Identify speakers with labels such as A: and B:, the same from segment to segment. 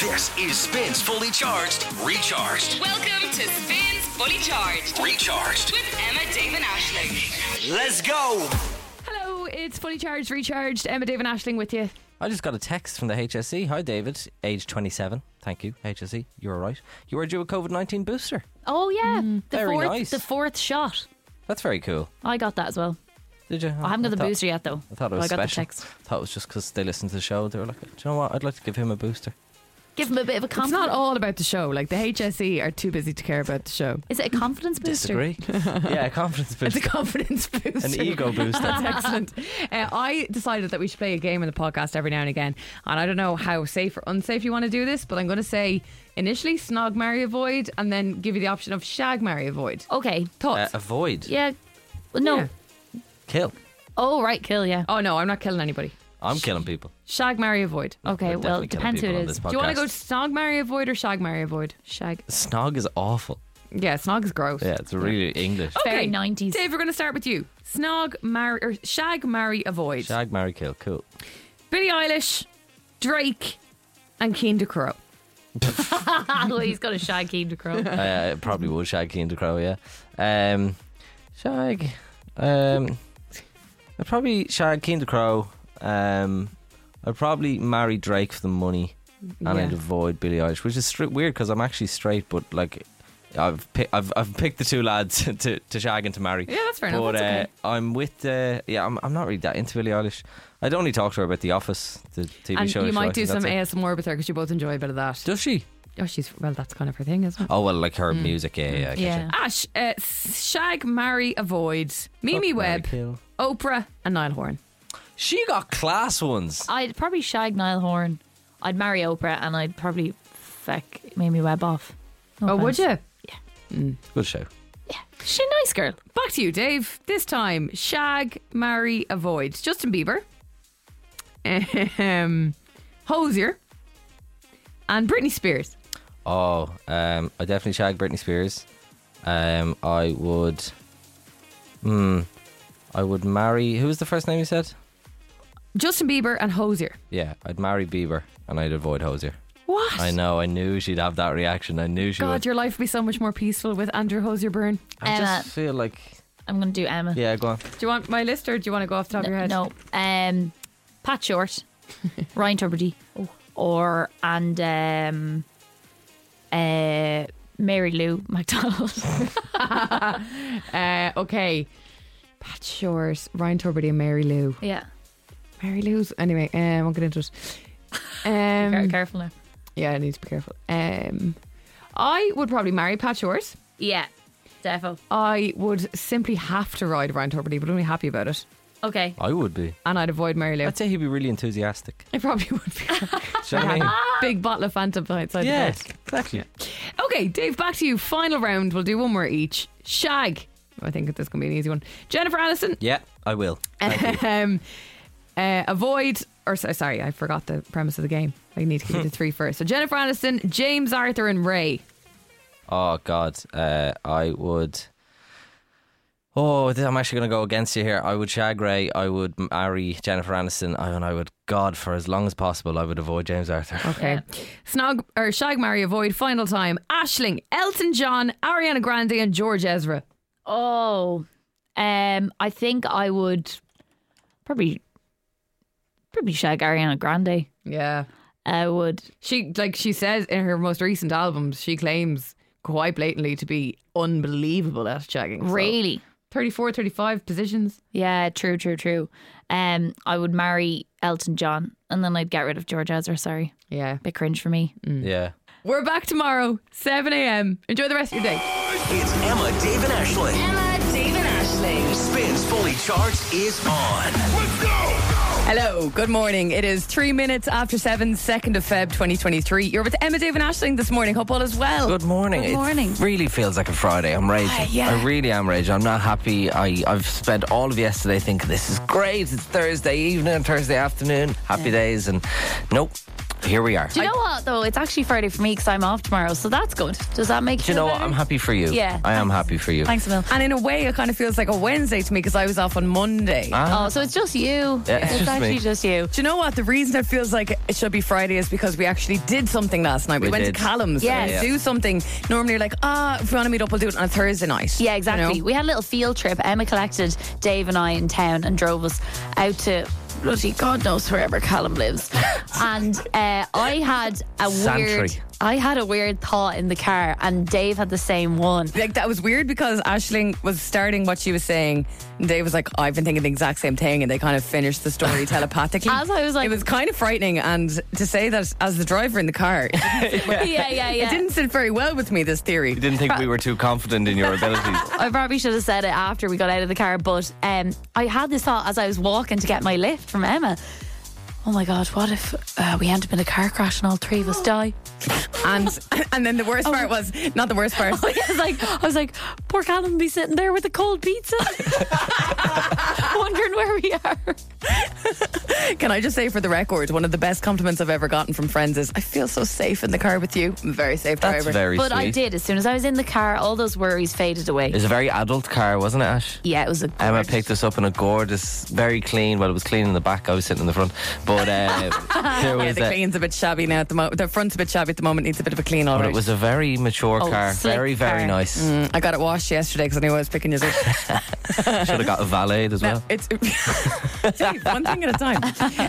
A: This is Spins Fully Charged, Recharged,
B: Welcome to Spins Fully Charged
A: Recharged.
B: with Emma Damon Ashling.
A: Let's go!
C: Hello, it's Fully Charged, Recharged. Emma David Ashling with you.
D: I just got a text from the HSE. Hi, David, age 27. Thank you, HSE. You were right. You were due a COVID 19 booster.
E: Oh yeah, the
D: Mm. Very
E: fourth,
D: nice.
E: the fourth shot.
D: That's very cool.
E: I got that as well.
D: Did you?
E: I haven't got the
D: thought-
E: booster yet though.
D: I thought it
E: But
D: was
E: I got
D: special.
E: the text.
D: I thought it was just because they listened to the show. They were like, do you know what? I'd like to give him a booster.
E: Give him a bit of a
C: It's
E: confidence.
C: not all about the show. Like the HSE are too busy to care about the show.
E: Is it a confidence booster?
D: Disagree? yeah, a confidence
C: It's a
D: booster.
C: confidence booster,
D: An ego booster.
C: That's excellent. Uh, I decided that we should play a game on the podcast every now and again, and I don't know how safe or unsafe you want to do this, but I'm going to say initially snog, marry, avoid, and then give you the option of shag, marry, avoid.
E: Okay.
D: Uh,
C: Thoughts?
D: avoid.
E: Yeah. Well, No.
C: Yeah.
D: Kill.
E: Oh right, kill yeah.
C: oh no, I'm not killing anybody.
D: I'm killing people.
C: Shag, marry, avoid. Oh,
E: Okay,
D: We're
E: well
D: definitely killing
E: depends who
D: people
E: it
D: on
E: is.
D: this
C: Do you want to go
D: podcast.
C: snog, marry, avoid, or shag, marry, avoid?
E: Shag.
D: Snog is awful.
C: Yeah, snog is gross.
D: Yeah, it's really English.
E: Very 90s.
C: Dave, we're going to start with you. Snog, marry, or shag, marry, avoid.
D: Shag, marry, kill. Cool.
C: Billie Eilish, Drake, and Keen Crow.
E: Ah, well, he's got a shag keen to crow.
D: Uh, probably would shag Keen to Crow, yeah. Um, shag. Um, I'd probably shag Keen to Crow. Um, I'd probably marry Drake for the money and I'd
C: Yeah.
D: avoid Billie Eilish, which is stri- weird because I'm actually straight, but like. I've, pi- I've I've picked the two lads to, to shag and to marry.
C: Yeah, that's fair enough,
D: But
C: that's okay.
D: uh, I'm with uh, yeah. I'm, I'm not really that into Billie Eilish. I'd only talk to her about The Office, the TV
C: and
D: show. she
C: you might
D: likes,
C: do
D: and that's
C: some
D: it.
C: ASMR with her because you both enjoy a bit of that.
D: Does she?
C: Oh, she's well. That's kind of her thing, isn't it?
D: Oh well, like her
C: Hmm.
D: music. Yeah, yeah. I get you.
E: Yeah.
C: Ash, uh, Shag, marry, avoid
D: Fuck, marry,
C: Mimi Webb,
D: kill.
C: Oprah, and Niall Horan.
D: She got class ones.
E: I'd probably shag Niall Horn. I'd marry Oprah and I'd probably feck Mamie Webb off. No
C: oh, would
E: offense.
C: you?
D: Good show.
E: She a nice girl.
C: Back to you, Dave. This time, Shag, marry, avoid Justin Bieber, um, Hosier, and Britney Spears.
D: Oh, um, I definitely shag Britney Spears. Um, I would. Hmm. I would marry. Who was the first name you said?
C: Justin Bieber and Hosier.
D: Yeah, I'd marry Bieber and I'd avoid Hosier.
C: What?
D: I know. I knew she'd have that reaction. I knew she
C: God,
D: would.
C: your life would be so much more peaceful with Andrew Hosier Byrne.
D: I
E: Emma.
D: just feel like.
E: I'm going to do Emma.
D: Yeah, go on.
C: Do you want my list or do you want to go off the top of your head?
E: No. Um, Pat Short, Ryan Tuberty, or and um, uh, Mary Lou McDonald.
C: Uh, okay. Pat Short, Ryan Turbiddy, and Mary Lou.
E: yeah.
C: Mary Lou's. Anyway, um, I won't get into it.
E: Very
C: Um,
E: careful now.
C: yeah, I need to be careful. Um, I would probably marry Pat Short.
E: Yeah. Defo.
C: I would simply have to ride Ryan Turbiddy, but I'm only happy about it.
E: Okay.
D: I would be.
C: And I'd avoid Mary Lou.
D: I'd say he'd be really enthusiastic.
C: I probably would be.
D: Do you know what I mean?
C: Big bottle of Phantom outside
D: Yeah,
C: the desk.
D: exactly.
C: Okay, Dave, back to you. Final round. We'll do one more each. Shag. I think this is going to be an easy one. Jennifer Aniston.
D: Yeah, I will. Thank you.
C: um, uh, avoid, or so- sorry, I forgot the premise of the game. I need to give you the three first. So Jennifer Aniston, James Arthur, and Ray.
D: Oh God, uh, I would. Oh, th- I'm actually going to go against you here. I would shag Ray. I would marry Jennifer Aniston. I, and I would, God, for as long as possible, I would avoid James Arthur.
C: Okay. Uh, Snog or Shag Marry Avoid, final time. Ashling, Elton John, Ariana Grande, and George Ezra.
E: Oh, um, I think I would probably probably shag Ariana Grande.
C: Yeah.
E: I would.
C: She like she says in her most recent albums, she claims quite blatantly to be unbelievable at shagging. So
E: Really?
C: 34, 35 positions.
E: Yeah, true, true, true. Um, I would marry Elton John, and then I'd get rid of George Ezra. Sorry,
C: Yeah.
E: bit cringe for me.
D: Yeah.
C: We're back tomorrow, 7 a.m. Enjoy the rest of your day.
A: It's Emma, Dave, and Ashling.
B: Emma Damon Ashling.
A: Spins Fully Charged is on. Let's go!
C: Hello, good morning. It is three minutes after seven, 2nd of Feb 2023. You're with Emma, Dave, and Ashling this morning. Hope all is well.
D: Good morning. Good
E: morning.
D: It really feels like a Friday. I'm raging. I really am raging. I'm not happy. I, I've spent all of yesterday thinking this is great. It's Thursday evening, Thursday afternoon, happy days, and nope. Here we are.
E: Do you know what though? It's actually Friday for me because I'm off tomorrow, so that's good. Does that make
D: Do you know what?
E: better?
D: I'm happy for you.
E: Yeah,
D: I am happy for you.
E: Thanks, Emil.
C: And in a way, it kind of feels like a Wednesday to me because I was off on Monday.
D: Ah.
E: Oh, so it's just you.
D: Yeah, it's just me.
E: actually just you.
C: Do you know what? The reason it feels like it should be Friday is because we actually did something last night. We,
D: We
C: went
D: did.
C: to Callum's
E: Yes.
C: to do something. Normally, you're like, ah, if we want to meet up, we'll do it on a Thursday night.
E: Yeah, exactly.
C: You know?
E: We had a little field trip. Emma collected Dave and I in town and drove us out to bloody God knows wherever Callum lives. and uh, I had a
D: Santry.
E: weird, I had a weird thought in the car, and Dave had the same one.
C: Like, that was weird because Ashling was starting what she was saying. And Dave was like, I've been thinking the exact same thing. And they kind of finished the story telepathically.
E: As I was like-
C: it was kind of frightening. And to say that as the driver in the car,
E: yeah, yeah, yeah.
C: it didn't sit very well with me, this theory.
D: You didn't think we were too confident in your abilities.
E: I probably should have said it after we got out of the car, but um, I had this thought as I was walking to get my lift from Emma. Oh my God, what if uh, we end up in a car crash and all three of us die?
C: And and then the worst part
E: Oh.
C: was, not the worst part,
E: I was like, I was like, poor Callum will be sitting there with a cold pizza, wondering where we are.
C: Can I just say for the record, one of the best compliments I've ever gotten from friends is, I feel so safe in the car with you. I'm a very safe
D: That's
C: driver.
D: very
E: But
D: sweet.
E: I did. As soon as I was in the car, all those worries faded away.
D: It was a very adult car, wasn't it, Ash?
E: yeah, it was a.
D: Emma
E: gorgeous-
D: picked us up in a gorgeous, very clean. Well, it was clean in the back. I was sitting in the front, but uh, there
C: yeah,
D: was
C: the
D: a,
C: clean's a bit shabby now at the moment. The front's a bit shabby at the moment, needs a bit of a clean
D: but
C: already.
D: it was a very mature
E: Oh,
D: car,
E: slick
D: very, very
E: car. Mm.
D: nice.
C: I got it washed yesterday because I knew I was picking yours up.
D: Should have got a valet as well.
C: It's Dave, one thing at a time.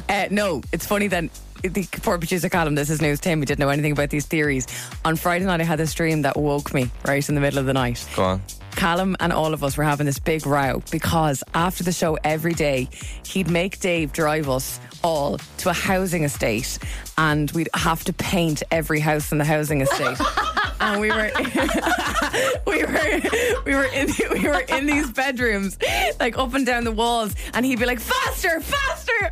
C: Uh, no, it's funny then. The poor producer column, this is news Tim. We didn't know anything about these theories. On Friday night, I had this dream that woke me right in the middle of the night.
D: Go on.
C: Callum and all of us were having this big row because after the show every day, he'd make Dave drive us all to a housing estate and we'd have to paint every house in the housing estate. and Um, we were we were we were in we were in these bedrooms, like up and down the walls, and he'd be like, Faster, faster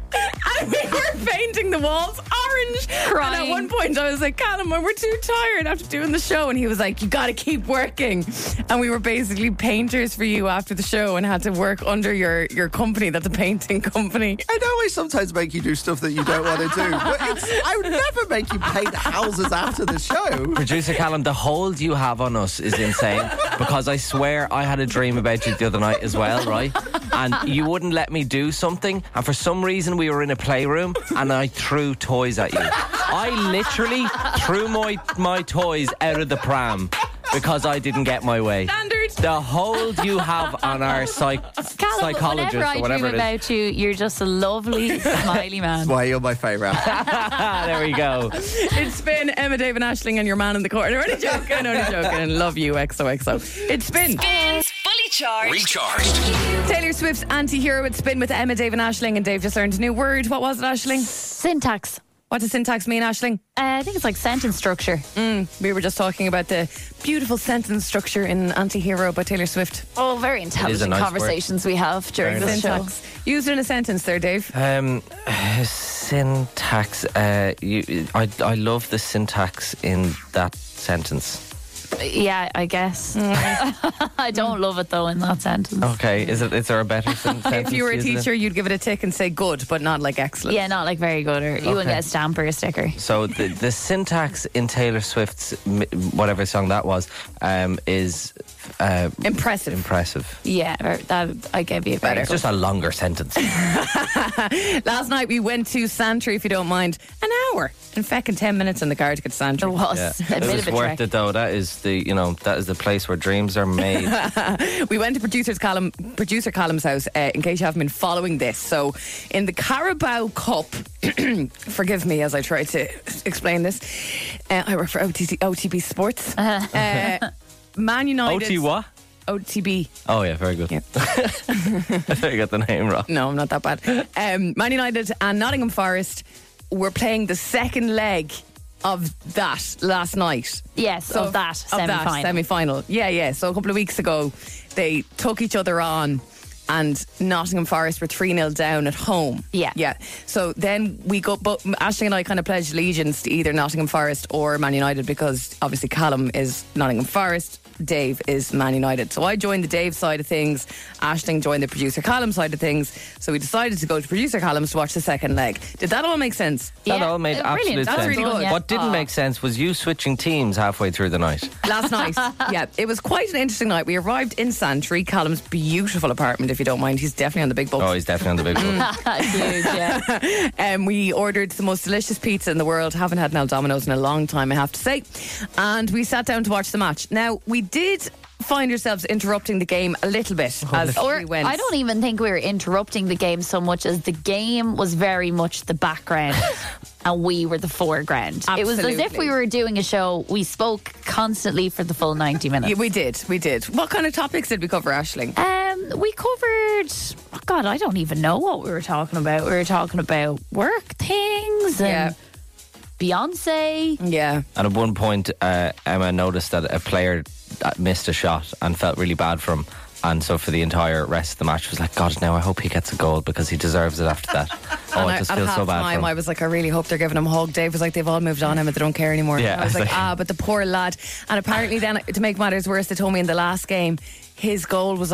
C: And we were painting the walls orange. And at
E: Crying.
C: one point I was like, Callum, we're too tired after doing the show. And he was like, You gotta keep working. And we were basically painters for you after the show and had to work under your, your company that's a painting company.
F: I know I sometimes make you do stuff that you don't want to do, but it's, I would never make you paint houses after the show.
D: Producer Callum, the hold you have on us is insane because I swear I had a dream about you the other night as well, right? And you wouldn't let me do something, and for some reason we were in a playroom and I threw toys at you. I literally threw my my toys out of the pram because I didn't get my way.
C: Standards.
D: The hold you have on our psych-
E: Callum,
D: psychologist
E: whenever I
D: or whatever
E: dream
D: it is.
E: about you, you're just a lovely, smiley man.
F: Why you're my favourite.
D: Ah, there we go.
C: It's been Emma, Dave, and Ashling, and your man in the corner. Only joking, only joking. And love you, XOXO. It's been
B: Spins Fully Charged.
A: Recharged.
C: Taylor Swift's anti hero. It's been with Emma, Dave, and Ashling. And Dave just learned a new word. What was it, Ashling?
E: Syntax.
C: What does syntax mean, Ashling?
E: Uh, I think it's like sentence structure.
C: We were just talking about the beautiful sentence structure in anti hero by Taylor Swift.
E: Oh, very
D: is a
E: intelligent
D: nice word.
E: conversations we have during
D: Very
E: this show.
C: Syntax. Used in a sentence there, Dave.
D: Um, syntax. Uh, you, I, I love the syntax in that sentence.
E: Yeah, I guess. I don't love it though in that sentence.
D: Okay, is it? Is there a better sen- sentence?
C: If you were a
D: to use it
C: teacher, you'd give it a tick and say good, but not like excellent.
E: Yeah, not like very good, or you wouldn't
D: Okay.
E: get a stamp or a sticker.
D: in? So the, the syntax in Taylor Swift's mi- whatever song that was um, is uh,
C: Impressive.
D: impressive.
E: Yeah, or that I gave you a better.
D: It's just a longer sentence.
C: Last night we went to Santry, if you don't mind, an hour and feckin' 10 minutes in the car to get to
E: It
C: Santry.
E: was
D: Yeah.
E: a
D: it
E: bit
D: was
E: of a
D: worth
E: trek.
D: it though. That is the you know that is the place where dreams are made.
C: We went to producer's column, producer Callum's house. Uh, in case you haven't been following this, so in the Carabao Cup, forgive me as I try to explain this. Uh, I work for OTC, OTB Sports. Uh, Man United.
D: OT what?
C: OTB.
D: Oh yeah, very good.
C: Yep.
D: I thought you got the name wrong.
C: No, I'm not that bad. Um, Man United and Nottingham Forest were playing the second leg of that last night.
E: Yes,
C: So-
E: of that semi
C: Of that
E: final.
C: semi-final. Yeah, yeah. So a couple of weeks ago, they took each other on and Nottingham Forest were 3 0 down at home.
E: Yeah.
C: Yeah. So then we go, but Ashley and I kind of pledged allegiance to either Nottingham Forest or Man United because obviously Callum is Nottingham Forest, Dave is Man United. So I joined the Dave side of things, Ashling joined the producer Callum side of things. So we decided to go to producer Callum's to watch the second leg. Did that all make sense?
D: That
E: Yeah,
D: all made
E: brilliant.
D: absolute
E: That's
D: sense.
E: really Oh. good.
D: What didn't
E: Aw.
D: make sense was you switching teams halfway through the night.
C: last night. Yeah, it was quite an interesting night. We arrived in Santry, Callum's beautiful apartment. If you don't mind, he's definitely on the big book.
D: Oh, he's definitely on the big
E: Mm.
D: one.
E: Huge, yeah.
C: Um, we ordered the most delicious pizza in the world. Haven't had an El Domino's in a long time, I have to say. And we sat down to watch the match. Now we did find ourselves interrupting the game a little bit as
E: Oh, Or
C: we went.
E: I don't even think we were interrupting the game so much as the game was very much the background and we were the foreground. It was as if
C: Absolutely.
E: we were doing a show. We spoke constantly for the full 90 minutes.
C: Yeah, we did. We did. What kind of topics did we cover, Ashling?
E: Um, we covered. Oh God, I don't even know what we were talking about. We were talking about work things and Beyonce.
C: Yeah.
D: And at one point, uh, Emma noticed that a player that missed a shot and felt really bad for him. And so for the entire rest of the match, was like, God, now I hope he gets a goal because he deserves it after that. oh,
C: And
D: it just
C: I, at
D: feels so
C: half
D: bad
C: time,
D: for
C: I
D: him.
C: was like, I really hope they're giving him a hug. Dave was like, they've all moved on him and they don't care anymore.
D: Yeah,
C: And I was
D: I
C: like,
D: was like-
C: ah, but the poor lad. And apparently, then to make matters worse, they told me in the last game his goal was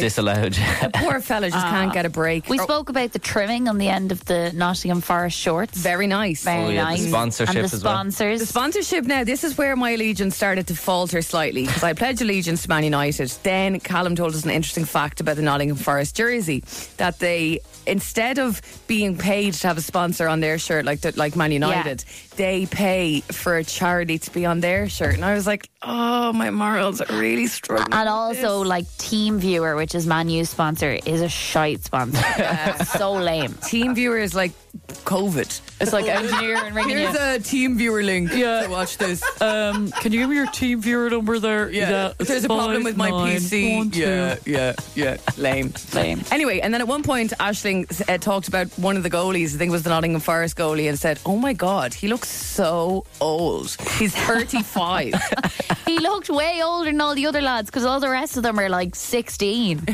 D: Disallowed.
C: poor fella just can't get a break.
E: Ah. We
C: Oh,
E: spoke about the trimming on the end of the Nottingham Forest shorts.
C: very nice.
E: Very
D: Oh, yeah, the
E: nice.
D: sponsorship
E: and the
D: as well.
E: sponsors.
C: The sponsorship now, this is where my allegiance started to falter slightly because I pledged allegiance to Man United. Then Callum told us an interesting fact about the Nottingham Forest jersey that they, instead of being paid to have a sponsor on their shirt like the, like Man United, they pay for a charity to be on their shirt. And I was like, oh, my morals are really struggling.
E: and also, like Team Viewer, which is Man U's sponsor, is a shite sponsor. so lame.
C: Team viewer is like COVID.
E: It's like engineer and ringing
C: Here's a team viewer link. Yeah, to watch this.
G: Um, can you give me your team viewer number there? Yeah. it's
C: There's a problem
G: five,
C: with my
G: nine,
C: PC.
G: one, two.
C: yeah, yeah, yeah. Lame.
E: Lame.
C: Anyway, and then at one point, Ashling uh, talked about one of the goalies, I think it was the Nottingham Forest goalie, and said, Oh my God, he looks so old. He's 35.
E: He looked way older than all the other lads because all the rest of them are like 16.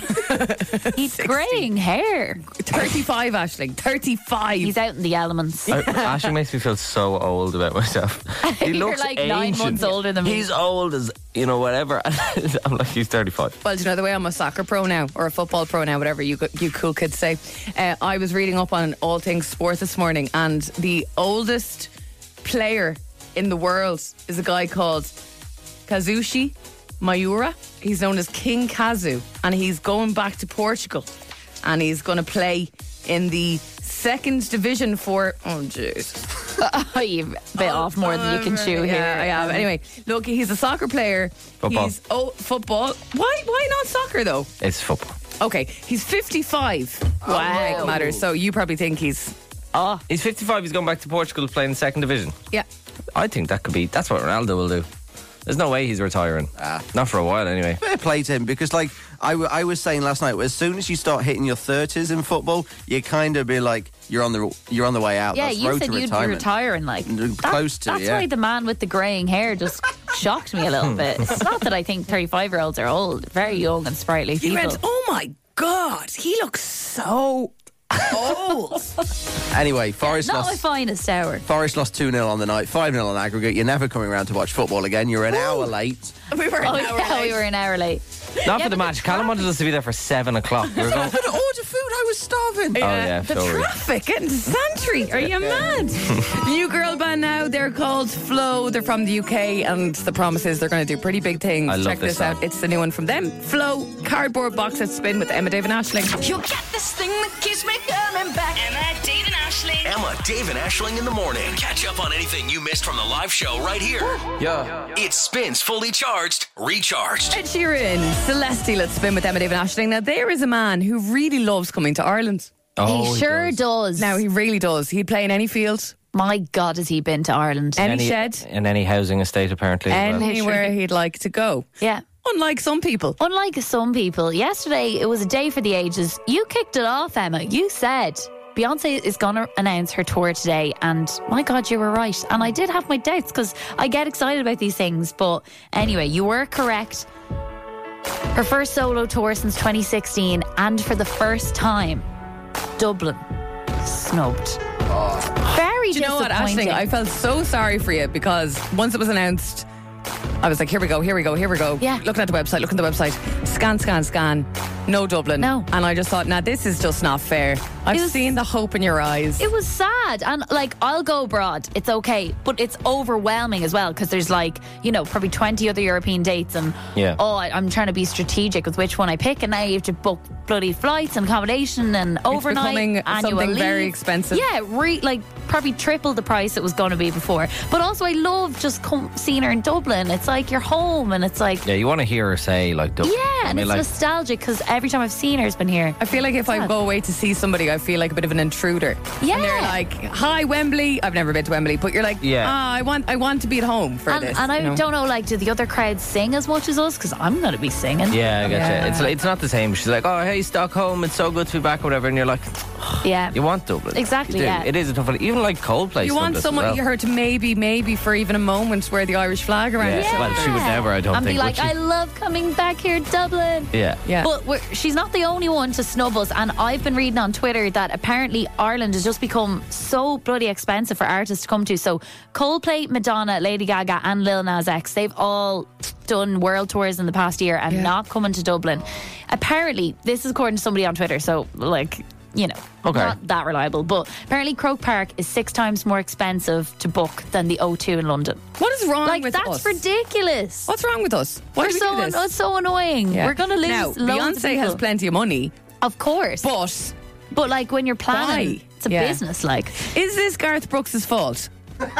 E: He's graying hair.
C: 35, Ashling. 35.
E: He's out in the elements.
D: I- Ashley makes me feel so old about myself. He
E: You're
D: looks
E: like
D: ancient.
E: nine months older than me.
D: He's old as, you know, whatever. I'm like, he's 35.
C: well, do you know the way I'm a soccer pro now, or a football pro now, whatever you, you cool kids say. Uh, I was reading up on all things sport this morning, and the oldest player in the world is a guy called Kazushi Mayura. He's known as King Kazu, and he's going back to Portugal, and he's going to play in the second division for. Oh, Jesus.
E: Oh, you've bit off more than you can chew here. Um,
C: Yeah, I am. Anyway, look, he's a soccer player.
D: Football.
C: He's oh football. Why why not soccer though?
D: It's football.
C: Okay, he's 55. Wow. matters. So you probably think he's
D: He's 55. He's going back to Portugal to play in the second division.
C: yeah.
D: I think that could be. That's what Ronaldo will do. There's no way he's retiring. Not for a while, anyway.
H: Fair play to him because, like, I, w- I was saying last night, as soon as you start hitting your thirties in football, you kind of be like you're on the you're on the way out.
E: Yeah,
H: That's
E: you
H: road
E: said
H: to
E: you'd be
H: retirement.
E: retiring like
H: Mm, close to,
E: That's
H: yeah.
E: why the man with the graying hair just shocked me a little bit. It's not that I think thirty-five-year-olds are old, very young and sprightly
C: He
E: people.
C: went, "Oh my god, he looks so old."
H: Anyway, Forest
E: not my
H: lost.
E: finest hour.
H: Forest lost 2 0 on the night, 5 0 on aggregate. You're never coming around to watch football again. You're an hour late.
C: we were an
E: Oh,
C: hour
E: yeah,
C: late.
E: we were an hour late.
D: Not for the match. Callum wanted us to be there for seven o'clock. We were going, oh
H: I had to order food. I was starving.
D: yeah,
C: The
D: sorry.
C: traffic in Santry. Are you mad? New girl band now. They're called Flow. They're from the UK, and the promise is they're going to do pretty big things.
D: I love
C: Check
D: this
C: this out.
D: song.
C: It's the new one from them. Flow cardboard box at spin with Emma David Ashling.
B: You get this thing that keeps me coming back. Emma, Dave, and Ashley.
A: Emma, Dave, and Ashling in the morning. Catch up on anything you missed from the live show right here.
D: Yeah.
A: It spins fully charged, recharged.
C: Ed Sheeran, Celeste, let's spin with Emma David Ashling. Now, there is a man who really loves coming to Ireland.
D: Oh,
E: he sure
D: does.
E: does.
C: Now, he really does. He'd play in any field,
E: my God, has he been to Ireland?
C: any, shed,
D: In any housing estate, apparently. as well.
C: anywhere he'd like to go.
E: yeah.
C: Unlike some people.
E: Unlike some people, yesterday it was a day for the ages. You kicked it off, Emma. You said Beyonce is going to announce her tour today, and my God, you were right. And I did have my doubts because I get excited about these things. But anyway, you were correct. Her first solo tour since 2016, and for the first time, Dublin snubbed. Very
C: Oh. Do you know what, Ashling? I felt so sorry for you because once it was announced, I was like, here we go, here we go, here we go.
E: Yeah.
C: Looking at the website, looking at the website. Scan, scan, scan. No Dublin.
E: No.
C: And I just thought, now this is just not fair. I've
E: was-
C: seen the hope in your eyes.
E: It was sad. And like, I'll go abroad. It's okay. But it's overwhelming as well because there's like, you know, probably 20 other European dates. And
D: Yeah.
E: oh, I, I'm trying to be strategic with which one I pick. And now you have to book bloody flights and accommodation and overnight.
C: becoming
E: annual
C: something
E: leave.
C: very expensive.
E: Yeah. Re- like, probably triple the price it was going to be before. But also, I love just com- seeing her in Dublin. It's like you're home and it's like, yeah.
D: Yeah, you want to hear her say like, "Dublin." I
E: and
D: mean,
E: it's
D: like,
E: nostalgic because every time I've seen her, it's been here.
C: I feel like if I
E: Sad.
C: go away to see somebody, I feel like a bit of an intruder.
E: Yeah.
C: And they're like, hi, Wembley. I've never been to Wembley, but you're like,
D: Yeah.
C: "Ah, I want I want to be at home for
E: And,
C: this.
E: and I
C: you know?
E: don't know, like, do the other crowds sing as much as us? Because I'm going to be singing.
D: yeah, I gotcha.
C: Yeah.
D: It's like, it's not the same. She's like, "Oh, hey, Stockholm, it's so good to be back," or whatever, and you're like,
E: Yeah.
D: "You want Dublin?"
E: Exactly,
D: You do.
E: yeah.
D: It is a tough one. Even like Coldplay.
C: You want someone you heard to maybe, maybe for even a moment wear the Irish flag around
D: Yeah.
C: yourself.
D: Well, she would never, I don't
E: and
D: think,
E: be
D: would
E: like,
D: she?
E: I love coming back here, Dublin.
D: Yeah.
C: Yeah.
E: But we're, she's not the only one to snub us. And I've been reading on Twitter that apparently Ireland has just become so bloody expensive for artists to come to. So Coldplay, Madonna, Lady Gaga, and Lil Nas X, they've all done world tours in the past year and not coming to Dublin. Apparently, this is according to somebody on Twitter. So, like, you know,
D: Okay.
E: not that reliable. But apparently, Croke Park is six times more expensive to book than the O2 in London.
C: What is wrong
E: Like,
C: with
E: that's
C: us?
E: ridiculous.
C: What's wrong with us? Why
E: We're
C: do we
E: so,
C: do this?
E: it's so annoying.
C: Yeah.
E: We're going to lose
C: Now,
E: loads of
C: Beyonce
E: people.
C: has plenty of money,
E: Of course. But,
C: but
E: like when you're planning,
C: Why?
E: it's a
C: Yeah.
E: business like.
C: is this Garth Brooks' fault?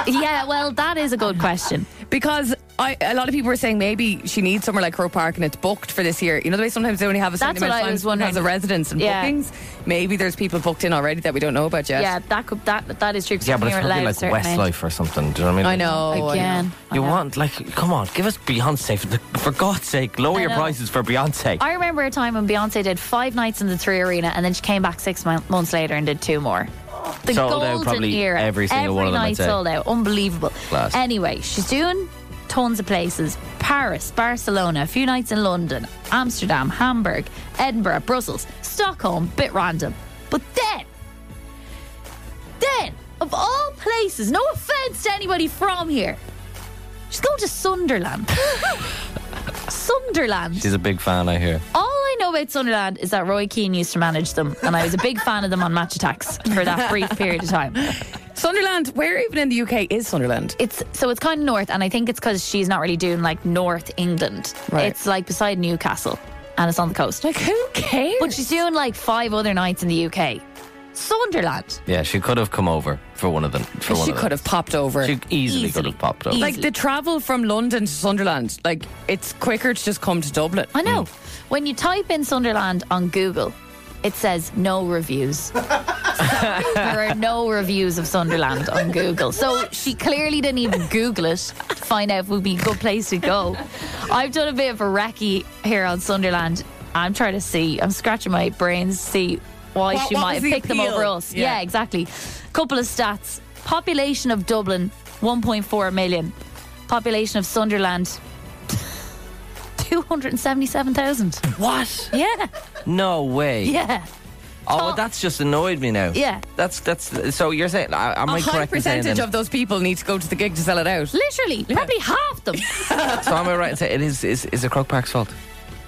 E: yeah, well, that is a good question.
C: Because I, a lot of people were saying maybe she needs somewhere like Crow Park and it's booked for this year. You know the way sometimes they only have a certain
E: That's
C: amount
E: what
C: of
E: I
C: time
E: was wondering.
C: as a residence and
E: Yeah.
C: bookings. Maybe there's people booked in already that we don't know about yet.
E: Yeah, that could that that is true. 'cause
D: Yeah, but
E: we
D: it's
E: weren't
D: probably
E: allowed
D: like
E: a certain amount.
D: Westlife or something. Do you know what I mean?
C: I know. I know.
E: Again. I
D: You
E: know.
D: want like, come on, give us Beyonce for, the, for God's sake. Lower
E: I
D: your
E: know.
D: prices for Beyonce.
E: I remember a time when Beyonce did five nights in the three arena and then she came back six mon- months later and did two more. The
D: Sold out
E: golden
D: probably
E: era.
D: every single one of them, I'd
E: night
D: say.
E: sold out. Unbelievable.
D: Class.
E: Anyway, she's doing tons of places. Paris, Barcelona, a few nights in London, Amsterdam, Hamburg, Edinburgh, Brussels, Stockholm, bit random. But then then, of all places, no offense to anybody from here, she's going to Sunderland. Sunderland.
D: She's a big fan, I hear.
E: all I know about Sunderland is that Roy Keane used to manage them, and I was a big fan of them on match attacks for that brief period of time.
C: Sunderland, where even in the UK is Sunderland?
E: It's so it's kind of north, and I think it's because she's not really doing like North England.
C: Right.
E: It's like beside Newcastle, and it's on the coast.
C: Like, who cares?
E: But she's doing like five other nights in the UK. Sunderland.
D: Yeah, she could have come over for one of them. For one
C: she
D: of
C: could
D: them.
C: have popped over.
D: She e-, easily, could
E: Easily.
D: have popped over.
E: Easily.
C: like the travel from London to Sunderland, like it's quicker to just come to Dublin.
E: I know. When you type in Sunderland on Google, it says no reviews. there are no reviews of Sunderland on Google. So she clearly didn't even Google it to find out if it would be a good place to go. I've done a bit of a recce here on Sunderland. I'm trying to see, I'm scratching my brains to see why
C: What-
E: she
C: what
E: might
C: was
E: have
C: the
E: picked them
C: appeal?
E: over us.
C: Yeah.
E: Yeah. exactly. Couple of stats population of Dublin, 1.4 million. Population of Sunderland, 277,000.
D: what?
E: Yeah,
D: No way.
E: yeah.
D: Oh,
E: Tom-
D: that's just annoyed me now.
E: Yeah.
D: That's that's. So you're saying? I- Am
C: A
D: I
C: high
D: correct in saying
C: percentage
D: then-
C: of those people need to go to the gig to sell it out.
E: Literally, probably half them.
D: So am I right in saying it is is is it Croke Park's fault?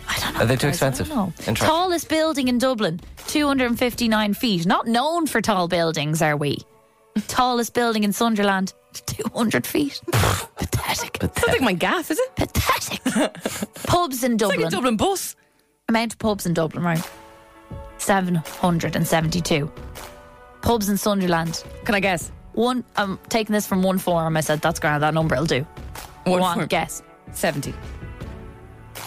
E: I don't know.
D: Are they too
E: guys, I don't
D: expensive?
E: know.
D: Interesting.
E: Tallest building in Dublin, 259 feet. Not known for tall buildings, are we? Tallest building in Sunderland, 200 feet. Pathetic.
C: Sounds like my gaff, is it?
E: Pathetic. pubs in
C: It's like a
E: Dublin.
C: Dublin bus.
E: Amount of pubs in Dublin, right? 772. Pubs in Sunderland.
C: Can I guess?
E: One. I'm taking this from one forum. I said, that's grand. That number will do.
C: One
E: Go on,
C: forum.
E: guess.
C: 70.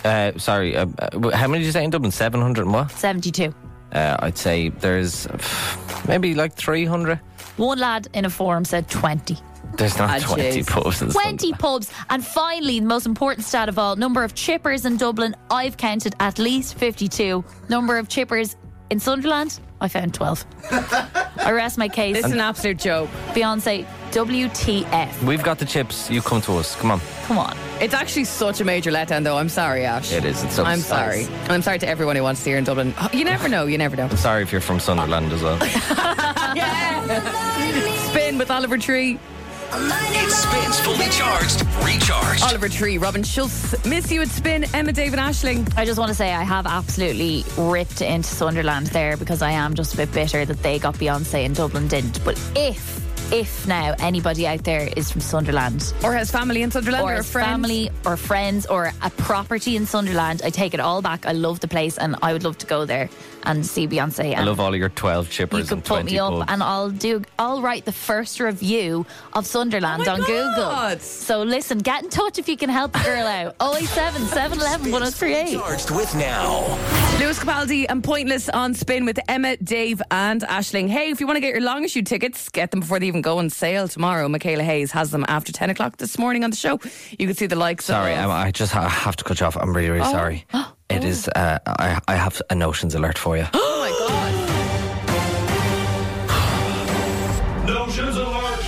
D: Uh, sorry. Uh, uh, how many did you say in Dublin? Seven hundred and what?
E: 72.
D: Uh, I'd say there's pff, maybe like three hundred.
E: One lad in a forum said 20.
D: There's not
C: Ah,
D: twenty
C: jeez.
D: pubs. in
E: 20 pubs. And finally, the most important stat of all number of chippers in Dublin. I've counted at least 52. Number of chippers In Sunderland, I found 12. I rest my case.
C: This is an absolute joke.
E: Beyonce, WTF.
D: We've got the chips. You come to us. Come on.
E: Come on.
C: It's actually such a major letdown, though. I'm sorry, Ash.
D: It is. It's so
C: I'm
D: it's-
C: sorry. And I'm sorry to everyone who wants to hear in Dublin. Oh, You never know. You never know.
D: Sorry if you're from Sunderland as well.
C: Spin with Oliver Tree.
A: It spins fully charged, recharged.
C: Oliver Tree, Robin Schultz. Miss you at Spin. Emma David Ashling.
E: I just want to say I have absolutely ripped into Sunderland there because I am just a bit bitter that they got Beyonce and Dublin didn't. But if, if now anybody out there is from Sunderland
C: Or has family in Sunderland
E: or
C: or,
E: has
C: friends.
E: family or friends or a property in Sunderland, I take it all back. I love the place and I would love to go there and see Beyonce. And
D: I love all of your 12
E: you
D: chippers
E: could
D: and
E: put
D: 20
E: me up
D: pubs.
E: and I'll do I'll write the first review of Sunderland
C: Oh my
E: on
C: God.
E: Google. So listen, get in touch if you can help the girl out. 087 711 1038.
A: Charged with now.
C: Lewis Capaldi and Pointless on Spin with Emma, Dave, and Ashling. Hey, if you want to get your long issue tickets, get them before they even go on sale tomorrow. Michaela Hayes has them after 10 o'clock this morning on the show. You can see the likes
D: Sorry,
C: of.
D: Emma, I just ha- have to cut you off. I'm really,
E: Oh.
D: really sorry. It is, uh, I, I have a notions alert for you.
C: Oh my God.
I: Notions alert.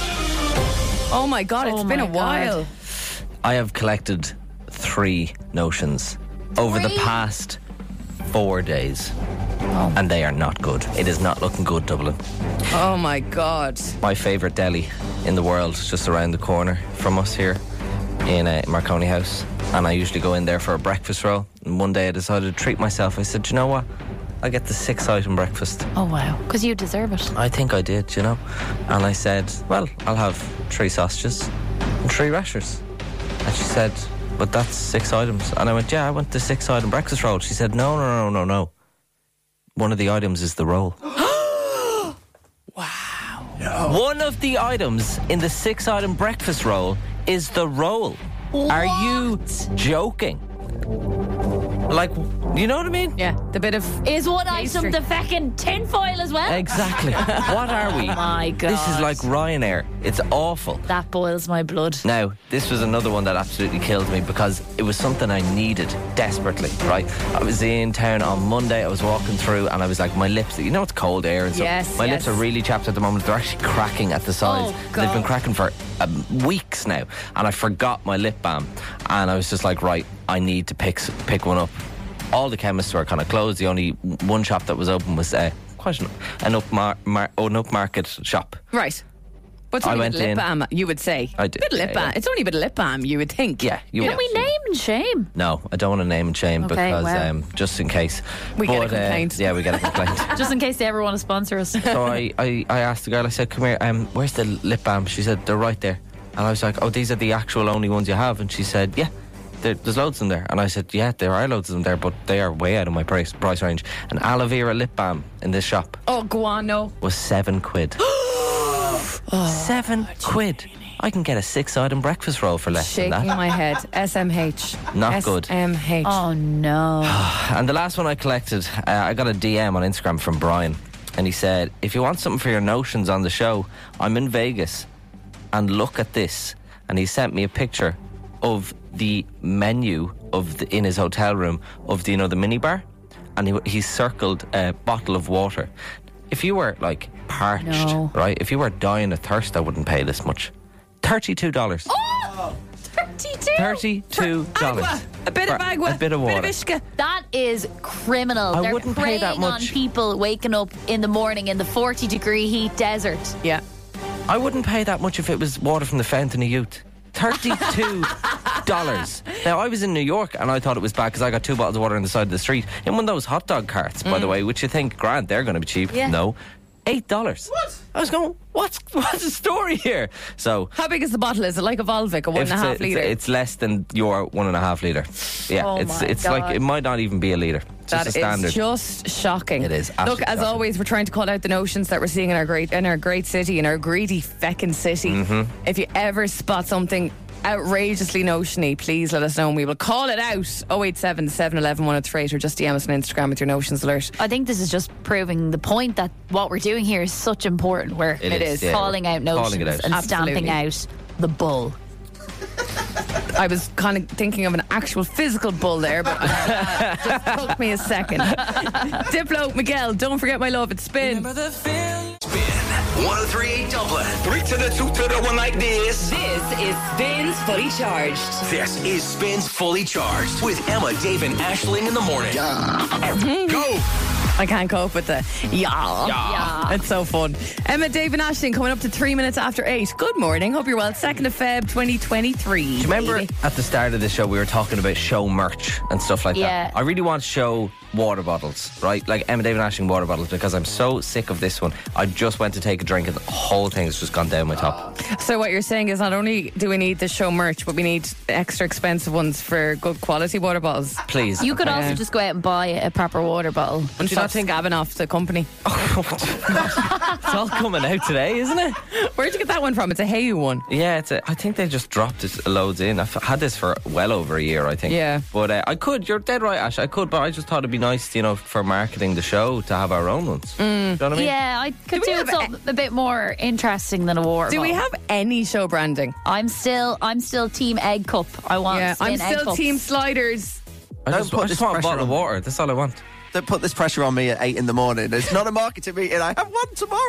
C: Oh my God, It's
E: Oh
C: been a
E: my
C: while.
E: God.
D: I have collected three notions over the
E: Three? Oh.
D: past four days. And they are not good. It is not looking good, Dublin.
C: Oh my God.
D: My favourite deli in the world is just around the corner from us here in uh, Marconi House. And I usually go in there for a breakfast roll. And one day I decided to treat myself. I said, "Do you know what? I get the six item breakfast.
E: Oh, wow. Because you deserve it.
D: I think I did, you know. And I said, Well, I'll have three sausages and three rashers. And she said, But that's six items. And I went, Yeah, I want the six item breakfast roll. She said, No, no, no, no, no. One of the items is the roll. wow. One of the items in the six item breakfast roll is the roll. Are you joking? Like, you know what I mean?
C: Yeah, the bit of.
E: Is one
C: Pastry.
E: item the fucking tinfoil as well? Oh
D: Exactly. what are we?
E: My God.
D: This is like Ryanair. It's awful.
E: That boils my blood.
D: Now, this was another one that absolutely killed me because it was something I needed desperately, right? I was in town on Monday, I was walking through and I was like, my lips, you know it's cold air and stuff.
C: Yes,
D: my
C: yes.
D: lips are really chapped at the moment. They're actually cracking at the sides.
E: Oh,
D: They've been
E: God.
D: cracking for um, weeks now. And I forgot my lip balm. And I was just like, right, I need to pick, s- pick one up. All the chemists were kind of closed. The only one shop that was open was uh, quite an, an, upmar- mar- oh, an upmarket shop.
C: Right. But it's
D: I
C: only a
D: went
C: bit of lip
D: in.
C: balm, you would say.
D: I did,
C: Bit of lip
D: yeah,
C: balm.
D: yeah.
C: It's only a bit of lip balm, you would think.
D: Yeah, you
E: Can we name and shame?
D: No, I don't want to name and shame
E: Okay,
D: because
E: wow.
D: um, just in case.
C: We get a
D: uh,
C: complaint.
D: yeah, we get a complaint.
E: Just in case they ever want to sponsor us.
D: so I, I, I asked the girl, I said, Come here, um, where's the lip balm? She said, They're right there. And I was like, Oh, these are the actual only ones you have. And she said, Yeah. There, there's loads of them there. And I said, Yeah, there are loads of them there, but they are way out of my price price range. An aloe vera lip balm in this shop
C: Oh, guano.
D: was seven quid.
C: Oh,
D: Seven quid. I can get a six item breakfast roll for less
C: Shaking
D: than that.
C: my head. SMH.
D: Not good.
C: SMH.
E: Oh, no.
D: And the last one I collected, uh, I got a DM on Instagram from Brian, and he said, "If you want something for your notions on the show, I'm in Vegas, and look at this." And he sent me a picture of the menu of the, in his hotel room of the you know the minibar, and he he circled a bottle of water. If you were like parched,
E: No.
D: right? If you were dying of thirst, I wouldn't pay this much. Thirty-two dollars.
E: 32.
D: Thirty-two dollars.
C: Oh! Agua. A bit of
D: For
C: agua.
D: a bit of water.
C: Bit of ishka.
E: That is criminal.
D: I
E: They're
D: wouldn't pay
E: preying
D: that
E: on
D: much.
E: people waking up in the morning in the 40 degree heat desert.
C: Yeah.
D: I wouldn't pay that much if it was water from the fountain of youth. Thirty-two dollars. Now I was in New York and I thought it was bad because I got two bottles of water on the side of the street in one of those hot dog carts, by the
C: Mm.
D: way, which you think, Grant, they're going to be cheap.
E: Yeah.
D: No, eight dollars. What? I was going, what's what's the story here? So.
C: How big is the bottle? Is it like a Volvic, a one and
D: if
C: a
D: it's,
C: half
D: it's-
C: litre?
D: it's less than your one and a half liter. Yeah,
E: Oh
D: it's
E: my
D: it's
E: God.
D: like it might not even be a liter. It's
C: That
D: just
C: is
D: a standard.
C: just shocking.
D: It is
C: Look,
D: absolutely
C: as
D: shocking.
C: always, we're trying to call out the notions that we're seeing in our great in our great city, in our greedy feckin' city.
D: Mm-hmm.
C: If you ever spot something outrageously notiony, please let us know and we will call it out. 087 711 1038 or just DM us on Instagram with your notions alert.
E: I think this is just proving the point that what we're doing here is such important work.
D: It It is, is. yeah.
E: calling out notions
D: Calling it out.
E: and
C: Absolutely.
E: stamping out the bull.
C: I was kind of thinking of an actual physical bull there, but uh, just took me a second. Diplo, Miguel, don't forget my love. It's spin.
A: Spin 1038 Dublin.
I: Three to the two to the one like this.
B: This is Spins Fully Charged.
A: This is Spins Fully Charged with Emma, Dave, and Ashling in the morning. Go!
C: I can't cope with the yeah.
E: Yeah.
C: It's so fun. Emma, Dave, and Ashton coming up to three minutes after eight. Good morning. Hope you're well. Second of Feb, 2023.
D: Do you remember at the start of the show we were talking about show merch and stuff like
E: Yeah.
D: that? I really want show water bottles, right? Like Emma David Ashing water bottles because I'm so sick of this one. I just went to take a drink and the whole thing has just gone down my top.
C: So what you're saying is not only do we need the show merch, but we need extra expensive ones for good quality water bottles.
D: Please.
E: You could also just go out and buy a proper water bottle.
C: And stop scabbing off the company.
D: it's all coming out today, isn't it?
C: Where'd you get that one from? It's a Heyu one.
D: Yeah, it's a, I think they just dropped it loads in. I've had this for well over a year, I think.
C: Yeah.
D: But uh, I could, you're dead right, Ash. I could, but I just thought it'd be nice, you know, for marketing the show to have our own ones. Mm. You know what I mean?
E: Yeah, I could
C: we
E: do,
C: have
E: something a, bit more interesting than a water
C: Do we
D: Oh.
E: bottle.
C: have any show branding?
E: I'm still, I'm still team egg cup. I
D: Oh,
E: want.
C: yeah, I'm
E: spin egg
C: still
E: cups.
C: team sliders.
D: I
H: Don't
D: just,
H: put
D: I just
H: this
D: want a
H: pressure
D: bottle of
H: on.
D: water. That's all I want.
H: Don't put this pressure on me at eight in the morning. It's not a marketing meeting. I have one tomorrow.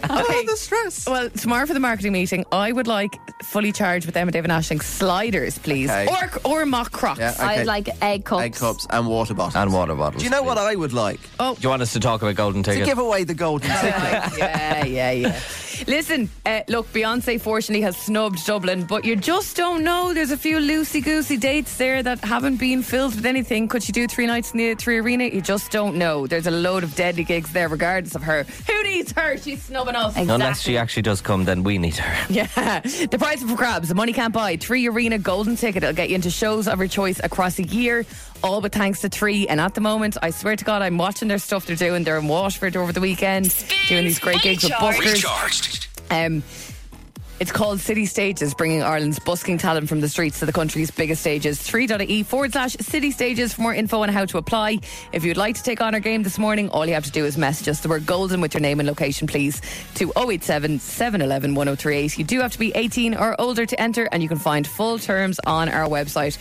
C: Okay.
H: the stress.
C: Well, tomorrow for the marketing meeting, I would like fully charged with Emma David Ashing sliders, please,
H: Okay.
C: or or mock crocs.
H: Yeah, okay.
E: I'd like egg cups.
H: Egg cups and water bottles.
D: And water bottles.
H: Do you know what I would like?
D: Do you want us to talk about golden
H: To
D: ticket?
H: give away the golden ticket.
C: yeah, yeah, yeah. Listen, uh, look, Beyonce fortunately has snubbed Dublin, but you just don't know. There's a few loosey goosey dates there that haven't been filled with anything. Could she do three nights in the three arena? You just don't know. There's a load of deadly gigs there, regardless of her. Who needs her? She's snubbing us.
E: Exactly.
D: Unless she actually does come, then we need her.
C: Yeah. The price for crabs, the money can't buy. Three arena golden ticket. It'll get you into shows of your choice across a year, all but thanks to three. And at the moment, I swear to God, I'm watching their stuff they're doing. They're in Washford over the weekend, doing these great gigs with buskers.
A: Recharged.
C: Um, it's called City Stages, bringing Ireland's busking talent from the streets to the country's biggest stages. 3.e E forward slash City Stages for more info on how to apply. If you'd like to take on our game this morning, all you have to do is message us the word golden with your name and location, please, to 087 711 1038. You do have to be 18 or older to enter, and you can find full terms on our website.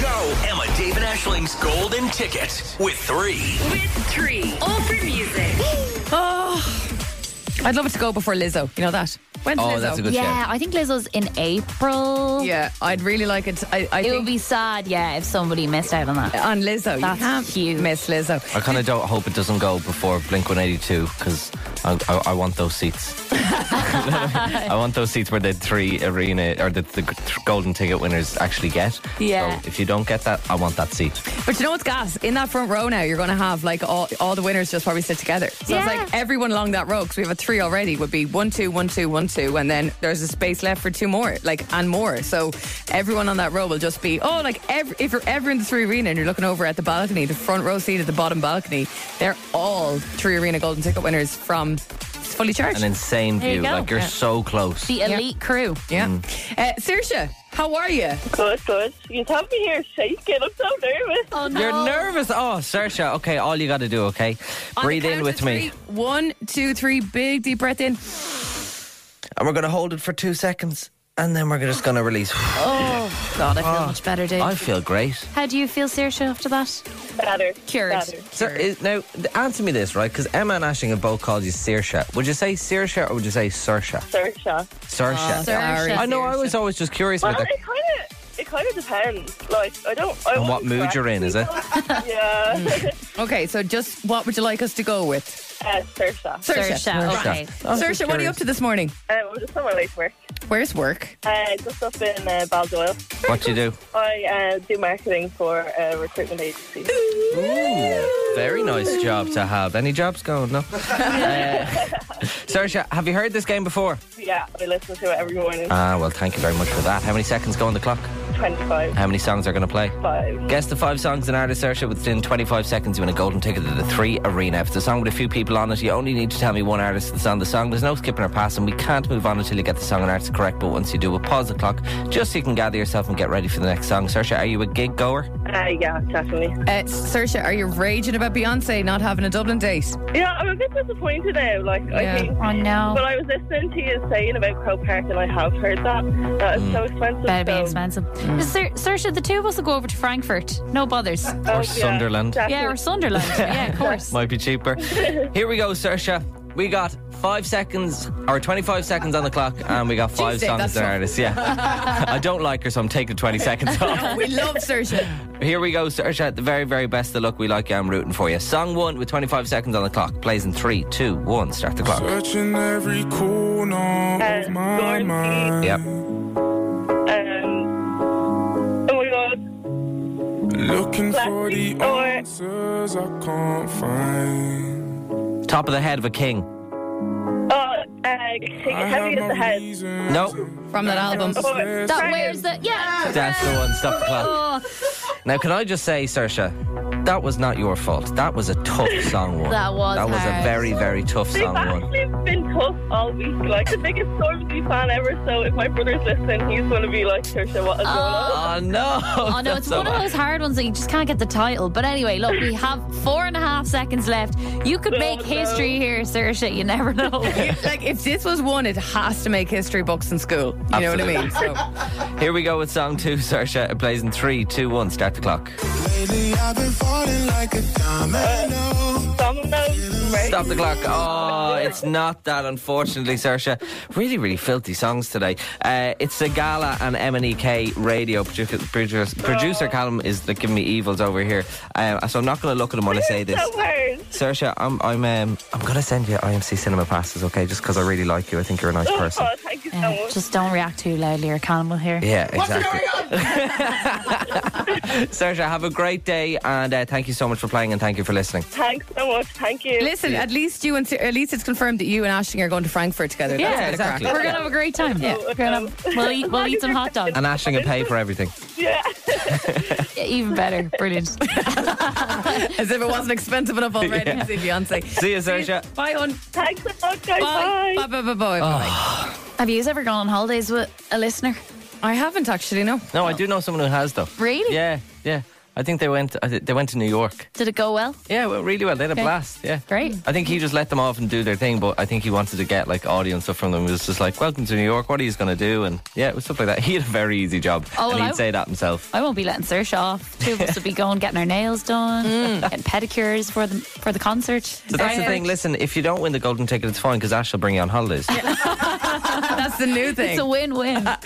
A: Go! Emma, Dave, and Ashling's golden ticket with three.
B: With three. All for music.
C: Oh, I'd love it to go before Lizzo. You know that? When's
D: Oh,
C: Lizzo?
D: that's a good
E: Yeah, I think Lizzo's in April.
C: yeah, I'd really like it. I, I
E: It
C: think
E: would be sad, yeah, if somebody missed out on that.
C: on Lizzo.
E: That's
C: you can't
E: huge.
C: miss Lizzo.
D: I kind of don't hope it doesn't go before Blink 182 because I, I, I want those seats. I want those seats where the three arena or the, the golden ticket winners actually get.
E: Yeah.
D: So if you don't get that, I want that seat.
C: But you know what's gas? In that front row now, you're going to have like all, all the winners just probably sit together. So
E: Yeah.
C: it's like everyone along that row, because we have a three already, would be one, two, one, two, one, two. And then there's a space left for two more, like, and more. So everyone on that row will just be, oh, like, every, if you're ever in the three arena and you're looking over at the balcony, the front row seat at the bottom balcony, they're all three arena golden ticket winners from it's fully charged.
D: An insane
E: you
D: view.
E: go.
D: like you're
E: Yeah.
D: so close.
E: The elite crew.
C: yeah.
D: mm.
C: Uh, Saoirse, how are you?
J: Good, good. You have me here shaking. I'm so nervous.
E: Oh, no.
D: You're nervous. Oh, Sersha. Okay, all you got to do, okay?
C: On the
D: Breathe
C: count
D: in
C: of
D: with me.
C: three, One, two, three. Big deep breath in.
D: And we're going to hold it for two seconds and then we're just going to release.
E: Oh, God, I feel much better, Dave.
D: Ah. I feel great.
E: How do you feel, Saoirse, after that?
J: Better.
C: Cured.
J: Better.
D: So, is, now, th- answer me this, right? Because Emma and Ashing have both called you Saoirse. Would you say Saoirse or would you say Sersha?
J: Sersha.
D: Saoirse.
E: Ah, Saoirse.
C: Sorry.
D: I know, I was always just curious
J: Well,
D: about that.
J: it kind of it kind of depends. Like I don't. I
D: And what
J: wouldn't
D: mood you're in, is it?
J: correct people. yeah.
C: Okay, so just what would you like us to go with?
J: uh, Sersha.
C: Saoirse.
E: Saoirse, okay.
D: I was just
C: Saoirse, what are you
D: curious.
C: up to this morning?
J: Um, I'm just on my way to work.
C: Where's work?
J: Uh, just up in uh, Baldoyle.
D: What do you do?
J: I uh, do marketing for a recruitment agency.
D: Ooh, very nice job to have. Any jobs going? No. uh, Saoirse, have you heard this game before?
J: yeah, I listen to it every morning.
D: Ah, well, thank you very much for that. How many seconds go on the clock?
J: 25.
D: How many songs are going to play?
J: Five.
D: Guess the five songs and artist Saoirse within 25 seconds. You win a golden ticket to the Three Arena. If it's a song with a few people on it, you only need to tell me one artist that's on the song. There's no skipping or passing. We can't move on until you get the song and artist correct. But once you do, we'll pause the clock just so you can gather yourself and get ready for the next song. Saoirse, are you a gig goer?
J: Uh, yeah, definitely.
C: Uh, Saoirse, are you raging about Beyonce not having a Dublin date?
J: Yeah, I'm a bit disappointed now. Like
C: Yeah.
J: I think
E: Oh, no.
J: But I was listening to you saying about Crow Park, and I have heard that. That is so expensive.
E: Better Mm. be
J: so
E: expensive. Sir, Saoirse, the two of us will go over to Frankfurt. No bothers.
J: Oh,
D: Or Sunderland.
E: Yeah, or Sunderland. Yeah, of course.
D: Might be cheaper. Here we go, Sersha. We got five seconds or 25 seconds on the clock, and we got five
C: Tuesday,
D: songs
C: that's
D: and
C: not-
D: artists. Yeah. I don't like her, so I'm taking 20 seconds off.
C: We love Saoirse.
D: Here we go, Sersha. The very, very best of luck. We like you. I'm rooting for you. Song one with 25 seconds on the clock. Plays in three, two, one. Start the clock.
K: Searching every corner of my mind.
D: Yep.
J: Um, oh my god.
K: Looking for the answers I can't find.
D: Top of the head of a king.
J: Oh, uh, heavy as the head. Oh,
D: No,
C: From that album.
E: That wears the. Yeah.
D: that's the one. Stop the clock.
E: Oh,
D: Now, can I just say, Sersha, that was not your fault. That was a tough song one.
E: That was
D: That was a
E: hard.
D: very, very tough
J: They've
D: song one.
J: actually been tough all week. Like the biggest Stormzy fan ever. So if my brother's listening, he's gonna be like, "Trisha, what is going on?"
D: Oh no!
E: oh no, it's one of those hard ones that you just can't get the title. But anyway, look, we have four and a half seconds left. You could make history here, Saoirse. You never know.
C: Like, if this was one, it has to make history books in school. You know what I mean? So,
D: Here we go with song two, Sersha. It plays in three, two, one. Start the clock.
K: Lately I've been falling like a
E: Oh.
K: domino.
D: Stop the clock. Oh, it's not that, unfortunately, Sersha. Really, really filthy songs today. Uh, it's Sagala and M&EK E Radio. Producer, producer, producer
C: Oh.
D: Callum is like, giving me evils over here. Um, so I'm not going to look at him when I say this.
J: So hard.
D: Sersha, I'm I'm um, I'm gonna send you IMC cinema passes, okay? Just because I really like you, I think you're a nice person.
J: Oh, thank you so
E: Yeah,
J: much.
E: just don't react too loudly or Calm will hear.
D: Yeah, exactly. Sersha, have a great day, and uh, thank you so much for playing, and thank you for listening.
J: Thanks so much. Thank you.
C: listen, at least you and Sa- at least it's confirmed that you and Ashling are going to Frankfurt together. That's
D: Yeah,
C: a bit of crack.
D: exactly.
E: We're gonna have a great time. Yeah. We're gonna, we'll eat, we'll eat some hot dogs.
D: And Ashling will pay for everything.
J: Yeah.
E: Yeah, even better. Brilliant.
C: As if it wasn't expensive enough already to see Beyonce.
D: See you, Sersha.
C: Bye, hon.
J: Thanks so much, guys.
C: Bye.
J: Bye.
C: Bye, bye, bye, bye. bye.
E: Have you ever gone on holidays with a listener?
C: I haven't actually, no.
D: No, I do know someone who has though.
E: Really?
D: Yeah, yeah. I think they went. I thi- They went to New York.
E: Did it go well?
D: Yeah, well, really well. They had a blast. Yeah,
E: Great.
D: I think he just let them off and do their thing, but I think he wanted to get like audio and stuff from them. It was just like, "Welcome to New York. What are you going to do?" And yeah, it was stuff like that. He had a very easy job,
E: Oh,
D: and
E: well,
D: he'd
E: I-
D: say that himself.
E: I won't be letting Saoirse off. Two of us will be going, getting our nails done, getting pedicures for the for the concert.
D: Mm. So that's the thing. Listen, if you don't win the golden ticket, it's fine because Ash will bring you on holidays.
C: That's the new thing.
E: It's a win-win.
D: Uh,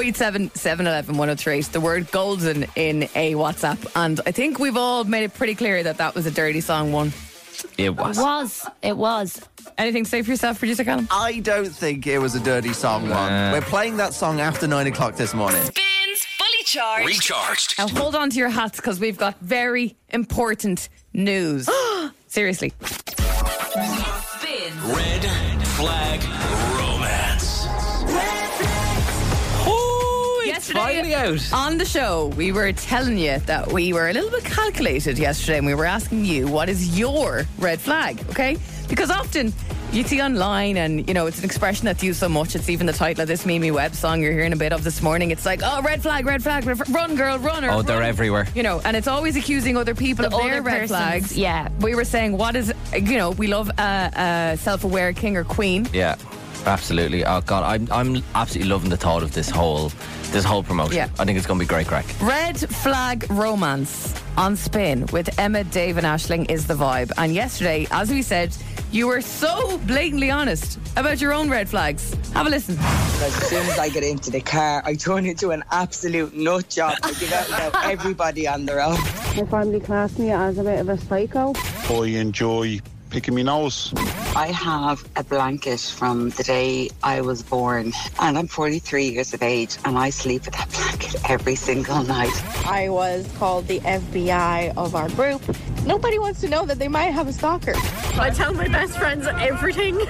C: 087 711 103. The word golden in a WhatsApp. And I think we've all made it pretty clear that that was a dirty song one.
D: It was.
E: was it was?
C: Anything to say for yourself, producer Callum?
H: I don't think it was a dirty song one. We're playing that song after nine o'clock this morning.
B: Spins fully charged.
A: Recharged.
C: Now hold on to your hats because we've got very important news. Seriously.
B: Spins.
A: Red flag romance.
D: Ooh, it's
C: Yesterday-
D: finally
E: uh,
D: out.
C: On the show, we were telling you that we were a little bit calculated yesterday and we were asking you, what is your red flag? Okay? Because often you see online and, you know, it's an expression that's used so much. It's even the title of this Mimi Webb song you're hearing a bit of this morning. It's like, oh, red flag, red flag, red flag, run, girl, run. Or
D: Oh, they're
C: run.
D: everywhere.
C: You know, and it's always accusing other people of their
E: other
C: red
E: person's-
C: flags.
E: yeah.
C: We were saying, what is, you know, we love a uh, uh, self aware king or queen.
D: Yeah, absolutely. Oh God, I'm I'm absolutely loving the thought of this whole this whole promotion.
C: Yeah.
D: I think it's going to be great, crack.
C: Red Flag Romance on spin with Emma, Dave, and Ashling is the vibe. And yesterday, as we said, you were so blatantly honest about your own red flags. Have a listen.
L: Because as soon as I get into the car, I turn into an absolute nut job. I give out about everybody on their own.
M: My family class me as a bit of a psycho.
K: I enjoy picking me nose.
N: I have a blanket from the day I was born, and I'm 43 years of age, and I sleep with that blanket every single night.
M: I was called the FBI of our group. Nobody wants to know that they might have a stalker.
B: I tell my best friends everything.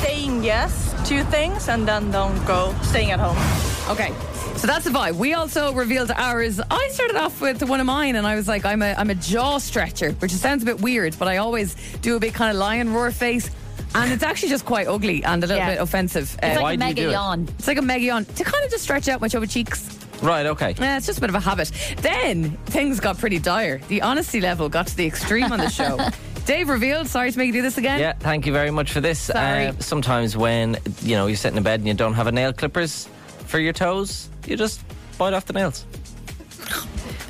J: Saying yes to things and then don't go. Staying at home.
C: Okay. So that's the vibe. We also revealed ours. I started off with one of mine, and I was like, I'm a, I'm a jaw stretcher, which sounds a bit weird, but I always do a big kind of lion roar face. And it's actually just quite ugly and a little
E: Yeah.
C: bit offensive.
E: It's
C: Uh,
E: like a
D: do you
E: mega
D: do it?
E: yawn.
C: it's like a megaon to kind of just stretch out my upper cheeks.
D: Right. Okay.
C: Yeah, it's just a bit of a habit. Then things got pretty dire. The honesty level got to the extreme on the show. Dave revealed, sorry to make you do this again.
D: Yeah, thank you very much for this. Uh,
C: Sorry.
D: sometimes when you know you're sitting in bed and you don't have a nail clippers for your toes, you just bite off the nails.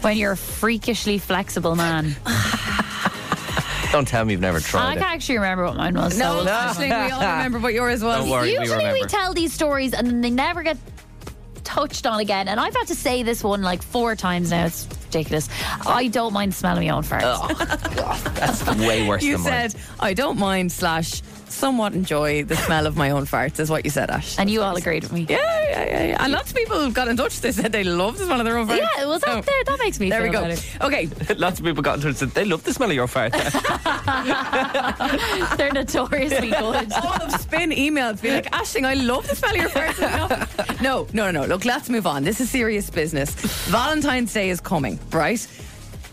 E: when you're a freakishly flexible man.
D: Don't tell me you've never
E: I
D: tried
E: can
D: it.
E: actually remember what mine was.
D: No,
E: so-
D: No. actually, we all remember
C: what yours
D: was. Don't worry, we
E: Usually we,
D: remember.
E: tell these stories and then they never get touched on again. And I've had to say this one like four times now. It's ridiculous. I don't mind smelling my own farts.
D: That's way worse
C: you
D: than mine.
C: said I don't mind slash somewhat enjoy the smell of my own farts is what you said, Ash.
E: And you all agreed with me.
C: Yeah, yeah, yeah, yeah. And lots of people got in touch. They said they love the smell of their own farts.
E: Yeah, well, that, there- that makes me
C: There we
E: feel
C: go. Okay,
D: Lots of people got in touch and said they love the smell of your fart.
E: better. They're notoriously good.
C: All of spin emails be like, Ashling, I love the smell of your farts. No, no, no, no. Look, let's move on. This is serious business. Valentine's Day is coming, right?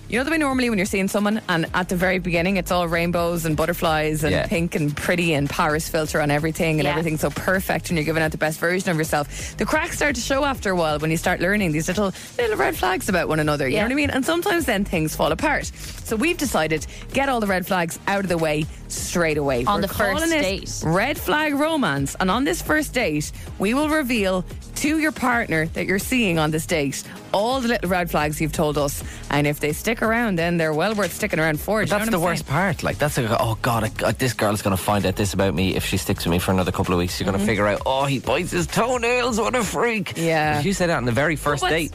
C: You know the way normally when you're seeing someone and at the very beginning it's all rainbows and butterflies and
E: Yeah.
C: pink and pretty and Paris filter on everything and
E: Yeah.
C: everything's so perfect and you're giving out the best version of yourself. The cracks start to show after a while when you start learning these little little red flags about one another. You know what I mean? And sometimes then things fall apart. So we've decided get all the red flags out of the way straight away
E: On
C: We're
E: the first
C: calling it
E: date.
C: Red flag romance. And on this first date, we will reveal to your partner that you're seeing on this date all the little red flags you've told us. And if they stick around, then they're well worth sticking around for.
D: But
C: Do you know
D: that's
C: what
D: the
C: I'm
D: worst part. Like, that's like, oh god, I, I- this girl's gonna find out this about me if she sticks with me for another couple of weeks. You're gonna
C: Mhm.
D: figure out, oh, he bites his toenails. What a freak!
C: Yeah.
D: If you say that on the very first
C: what's-
D: date.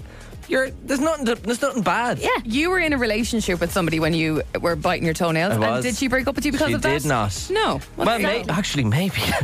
D: You're there's nothing. to- There's nothing bad.
C: Yeah, you were in a relationship with somebody when you were biting your toenails.
D: I
C: And
D: was.
C: did she break up with you because
D: She
C: of that?
D: did not.
C: No. Well,
D: well,
C: there you
D: may,
C: go.
D: actually, maybe.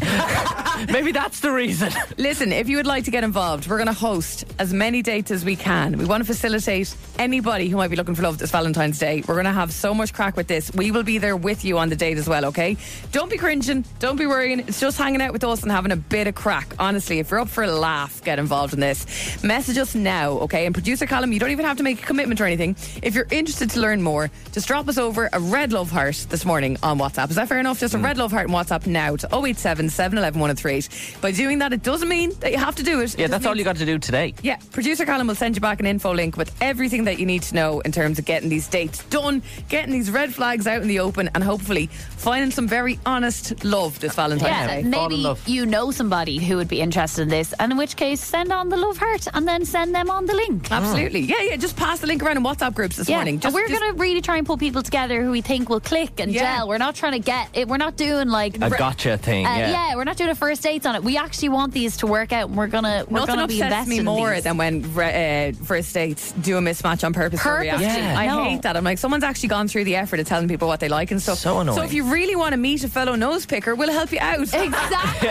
D: maybe that's the reason.
C: Listen, if you would like to get involved, we're going to host as many dates as we can. We want to facilitate anybody who might be looking for love this Valentine's Day. We're going to have so much crack with this. We will be there with you on the date as well, okay? Don't be cringing. Don't be worrying. It's just hanging out with us and having a bit of crack. Honestly, if you're up for a laugh, get involved in this. Message us now, okay? And producer Callum, you don't even have to make a commitment or anything. If you're interested to learn more, just drop us over a red love heart this morning on WhatsApp. Is that fair enough?
E: Mm.
C: Just a red love heart on WhatsApp now to 087 711 1038. By doing that, it doesn't mean that you have to do it.
D: Yeah,
C: It just
D: that's all
C: means-
D: you got to do today.
C: yeah, producer Colin will send you back an info link with everything that you need to know in terms of getting these dates done, getting these red flags out in the open, and hopefully finding some very honest love this Valentine's
E: Yeah,
C: Day.
E: maybe you know somebody who would be interested in this, and in which case, send on the love heart and then send them on the link.
C: Absolutely. Yeah, yeah. Just pass the link around in WhatsApp groups this
E: Mm. Yeah,
C: morning.
E: and
C: Just,
E: we're
C: just-
E: going to really try and pull people together who we think will click and
C: Yeah.
E: gel. We're not trying to get it. We're not doing like
D: A gotcha thing,
E: Uh,
D: yeah.
E: we're not doing a first dates on it. We actually want these to work out, and we're gonna we're
C: Nothing
E: gonna be
C: upsets
E: invested
C: me
E: in
C: more
E: these.
C: than when re- uh, first dates do a mismatch on purpose. for
E: Purposely,
C: reaction.
E: Yeah.
C: I
E: no.
C: hate that. I'm like, someone's actually gone through the effort of telling people what they like and stuff.
D: So annoying.
C: So if you really want to meet a fellow nose picker, we'll help you out.
E: Exactly.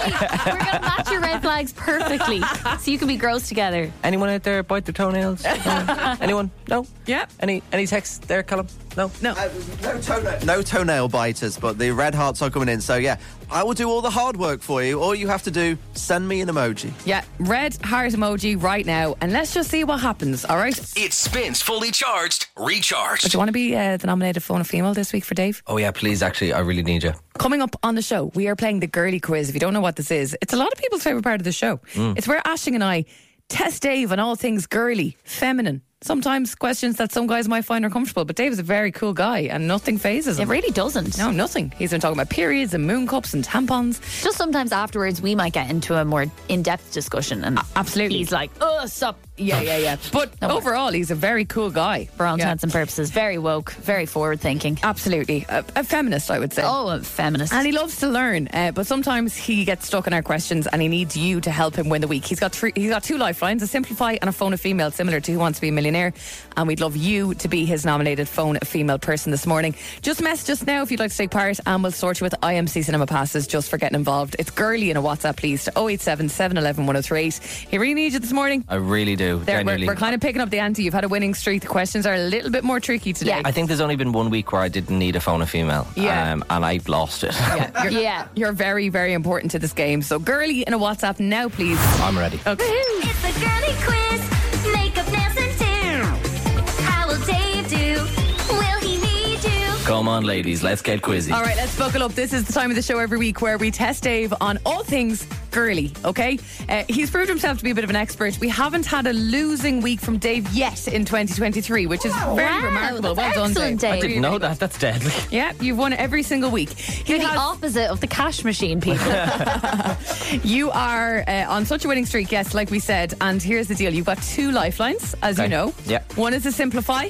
E: we're gonna match your red flags perfectly, so you can be gross together.
D: Anyone out there bite their toenails? Uh, Anyone? No.
C: Yeah.
D: Any any text there, Colin? No.
C: No.
H: Uh, no toenail. No toenail biters, but the red hearts are coming in. So yeah, I will do all the hard work for you. All you have to do, send me an emoji.
C: Yeah, red heart emoji right now, and let's just see what happens. All right.
A: It spins fully charged, recharged.
C: But do you want to be uh, the nominated phone a female this week for Dave?
D: Oh yeah, please. Actually, I really need you.
C: Coming up on the show, we are playing the girly quiz. If you don't know what this is, it's a lot of people's favorite part of the show.
D: Mm.
C: It's where Ashing and I test Dave on all things girly, feminine. Sometimes questions that some guys might find uncomfortable, but Dave is a very cool guy and nothing phases him.
E: It really doesn't.
C: No, nothing. He's been talking about periods and moon cups and tampons.
E: Just sometimes afterwards, we might get into a more in-depth discussion, and absolutely, he's like, "Oh, stop."
C: Yeah, yeah, yeah. But overall, he's a very cool guy.
E: For all intents and purposes, very woke, very forward-thinking.
C: Absolutely, a, a feminist, I would say.
E: Oh, a feminist.
C: And he loves to learn, uh, but sometimes he gets stuck in our questions, and he needs you to help him win the week. He's got three, he's got two lifelines: a simplify and a phone a female, similar to Who Wants to Be a Millionaire. And we'd love you to be his nominated phone a female person this morning. Just message us now if you'd like to take part, and we'll sort you with IMC Cinema passes just for getting involved. It's girly in a WhatsApp, please to 087 711 1038. He really needs you this morning.
D: I really do.
C: There, we're,
D: genuinely.
C: we're kind of picking up the ante. You've had a winning streak. The questions are a little bit more tricky today.
D: I think there's only been one week where I didn't need a phone a female.
C: Yeah.
D: Um, and I lost it.
C: You're, yeah, you're very, very important to this game. So, girly in a WhatsApp now, please.
D: I'm ready.
C: Okay.
O: It's the girly quiz. Makeup, nails, and do. How will Dave do? Will he need you?
D: Come on, ladies, let's get quizzy.
C: All right, let's buckle up. This is the time of the show every week where we test Dave on all things Gurley, okay? Uh, he's proved himself to be a bit of an expert. We haven't had a losing week from Dave yet in 2023, which is very
E: Wow,
C: remarkable.
E: that's
C: well done,
E: excellent,
C: Dave.
E: Dave. I didn't
D: No, that that's deadly.
C: Yeah, you've won every single week. He
E: You're the
C: has-
E: opposite of the cash machine people.
C: you are uh, on such a winning streak, yes, like we said. And here's the deal you've got two lifelines, as you
D: Okay.
C: know.
D: Yeah.
C: One is to simplify.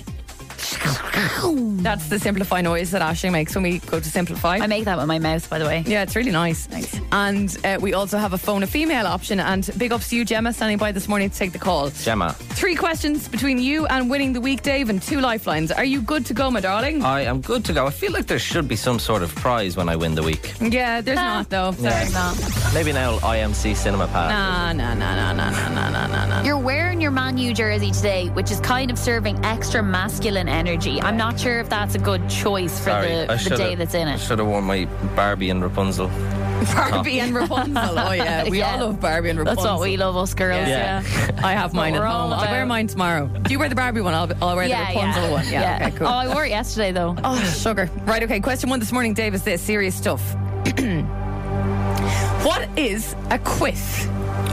C: That's the simplify noise that Ashley makes when we go to simplify. I
E: make that with my mouth, by the way.
C: Yeah, it's really nice. And uh, we also have a phone a female option. And big ups to you, Gemma, standing by this morning to take the call.
D: Gemma.
C: Three questions between you and winning the week, Dave, and two lifelines. Are you good to go, my darling?
D: I am good to go. I feel like there should be some sort of prize when I win the week.
C: yeah, there's not though. Sorry,
E: no.
D: Maybe an old IMC cinema pass.
C: Nah, nah, nah, nah, nah, nah, nah, nah, nah.
E: You're wearing your Man U jersey today, which is kind of serving extra masculine energy. I'm not sure if that's a good choice for
D: Sorry, I
E: the, the
D: should've-
E: day that's in
D: I
E: it.
D: should have worn my Barbie and Rapunzel.
C: Barbie and Rapunzel. Oh yeah, we
E: Yeah.
C: all love Barbie and
E: That's
C: Rapunzel.
E: what we love, us girls.
D: Yeah.
E: Yeah.
C: I have mine at
E: what we're
C: home.
E: all
C: I'll wear
E: about.
C: mine tomorrow. Do you wear the Barbie one? I'll, I'll wear
E: Yeah,
C: the Rapunzel
E: yeah.
C: one. Yeah,
E: Yeah.
C: Okay. Cool.
E: Oh, I wore it yesterday though.
C: Oh, sugar. Right. Okay. Question one this morning, Dave, is this serious stuff. what is a quiff?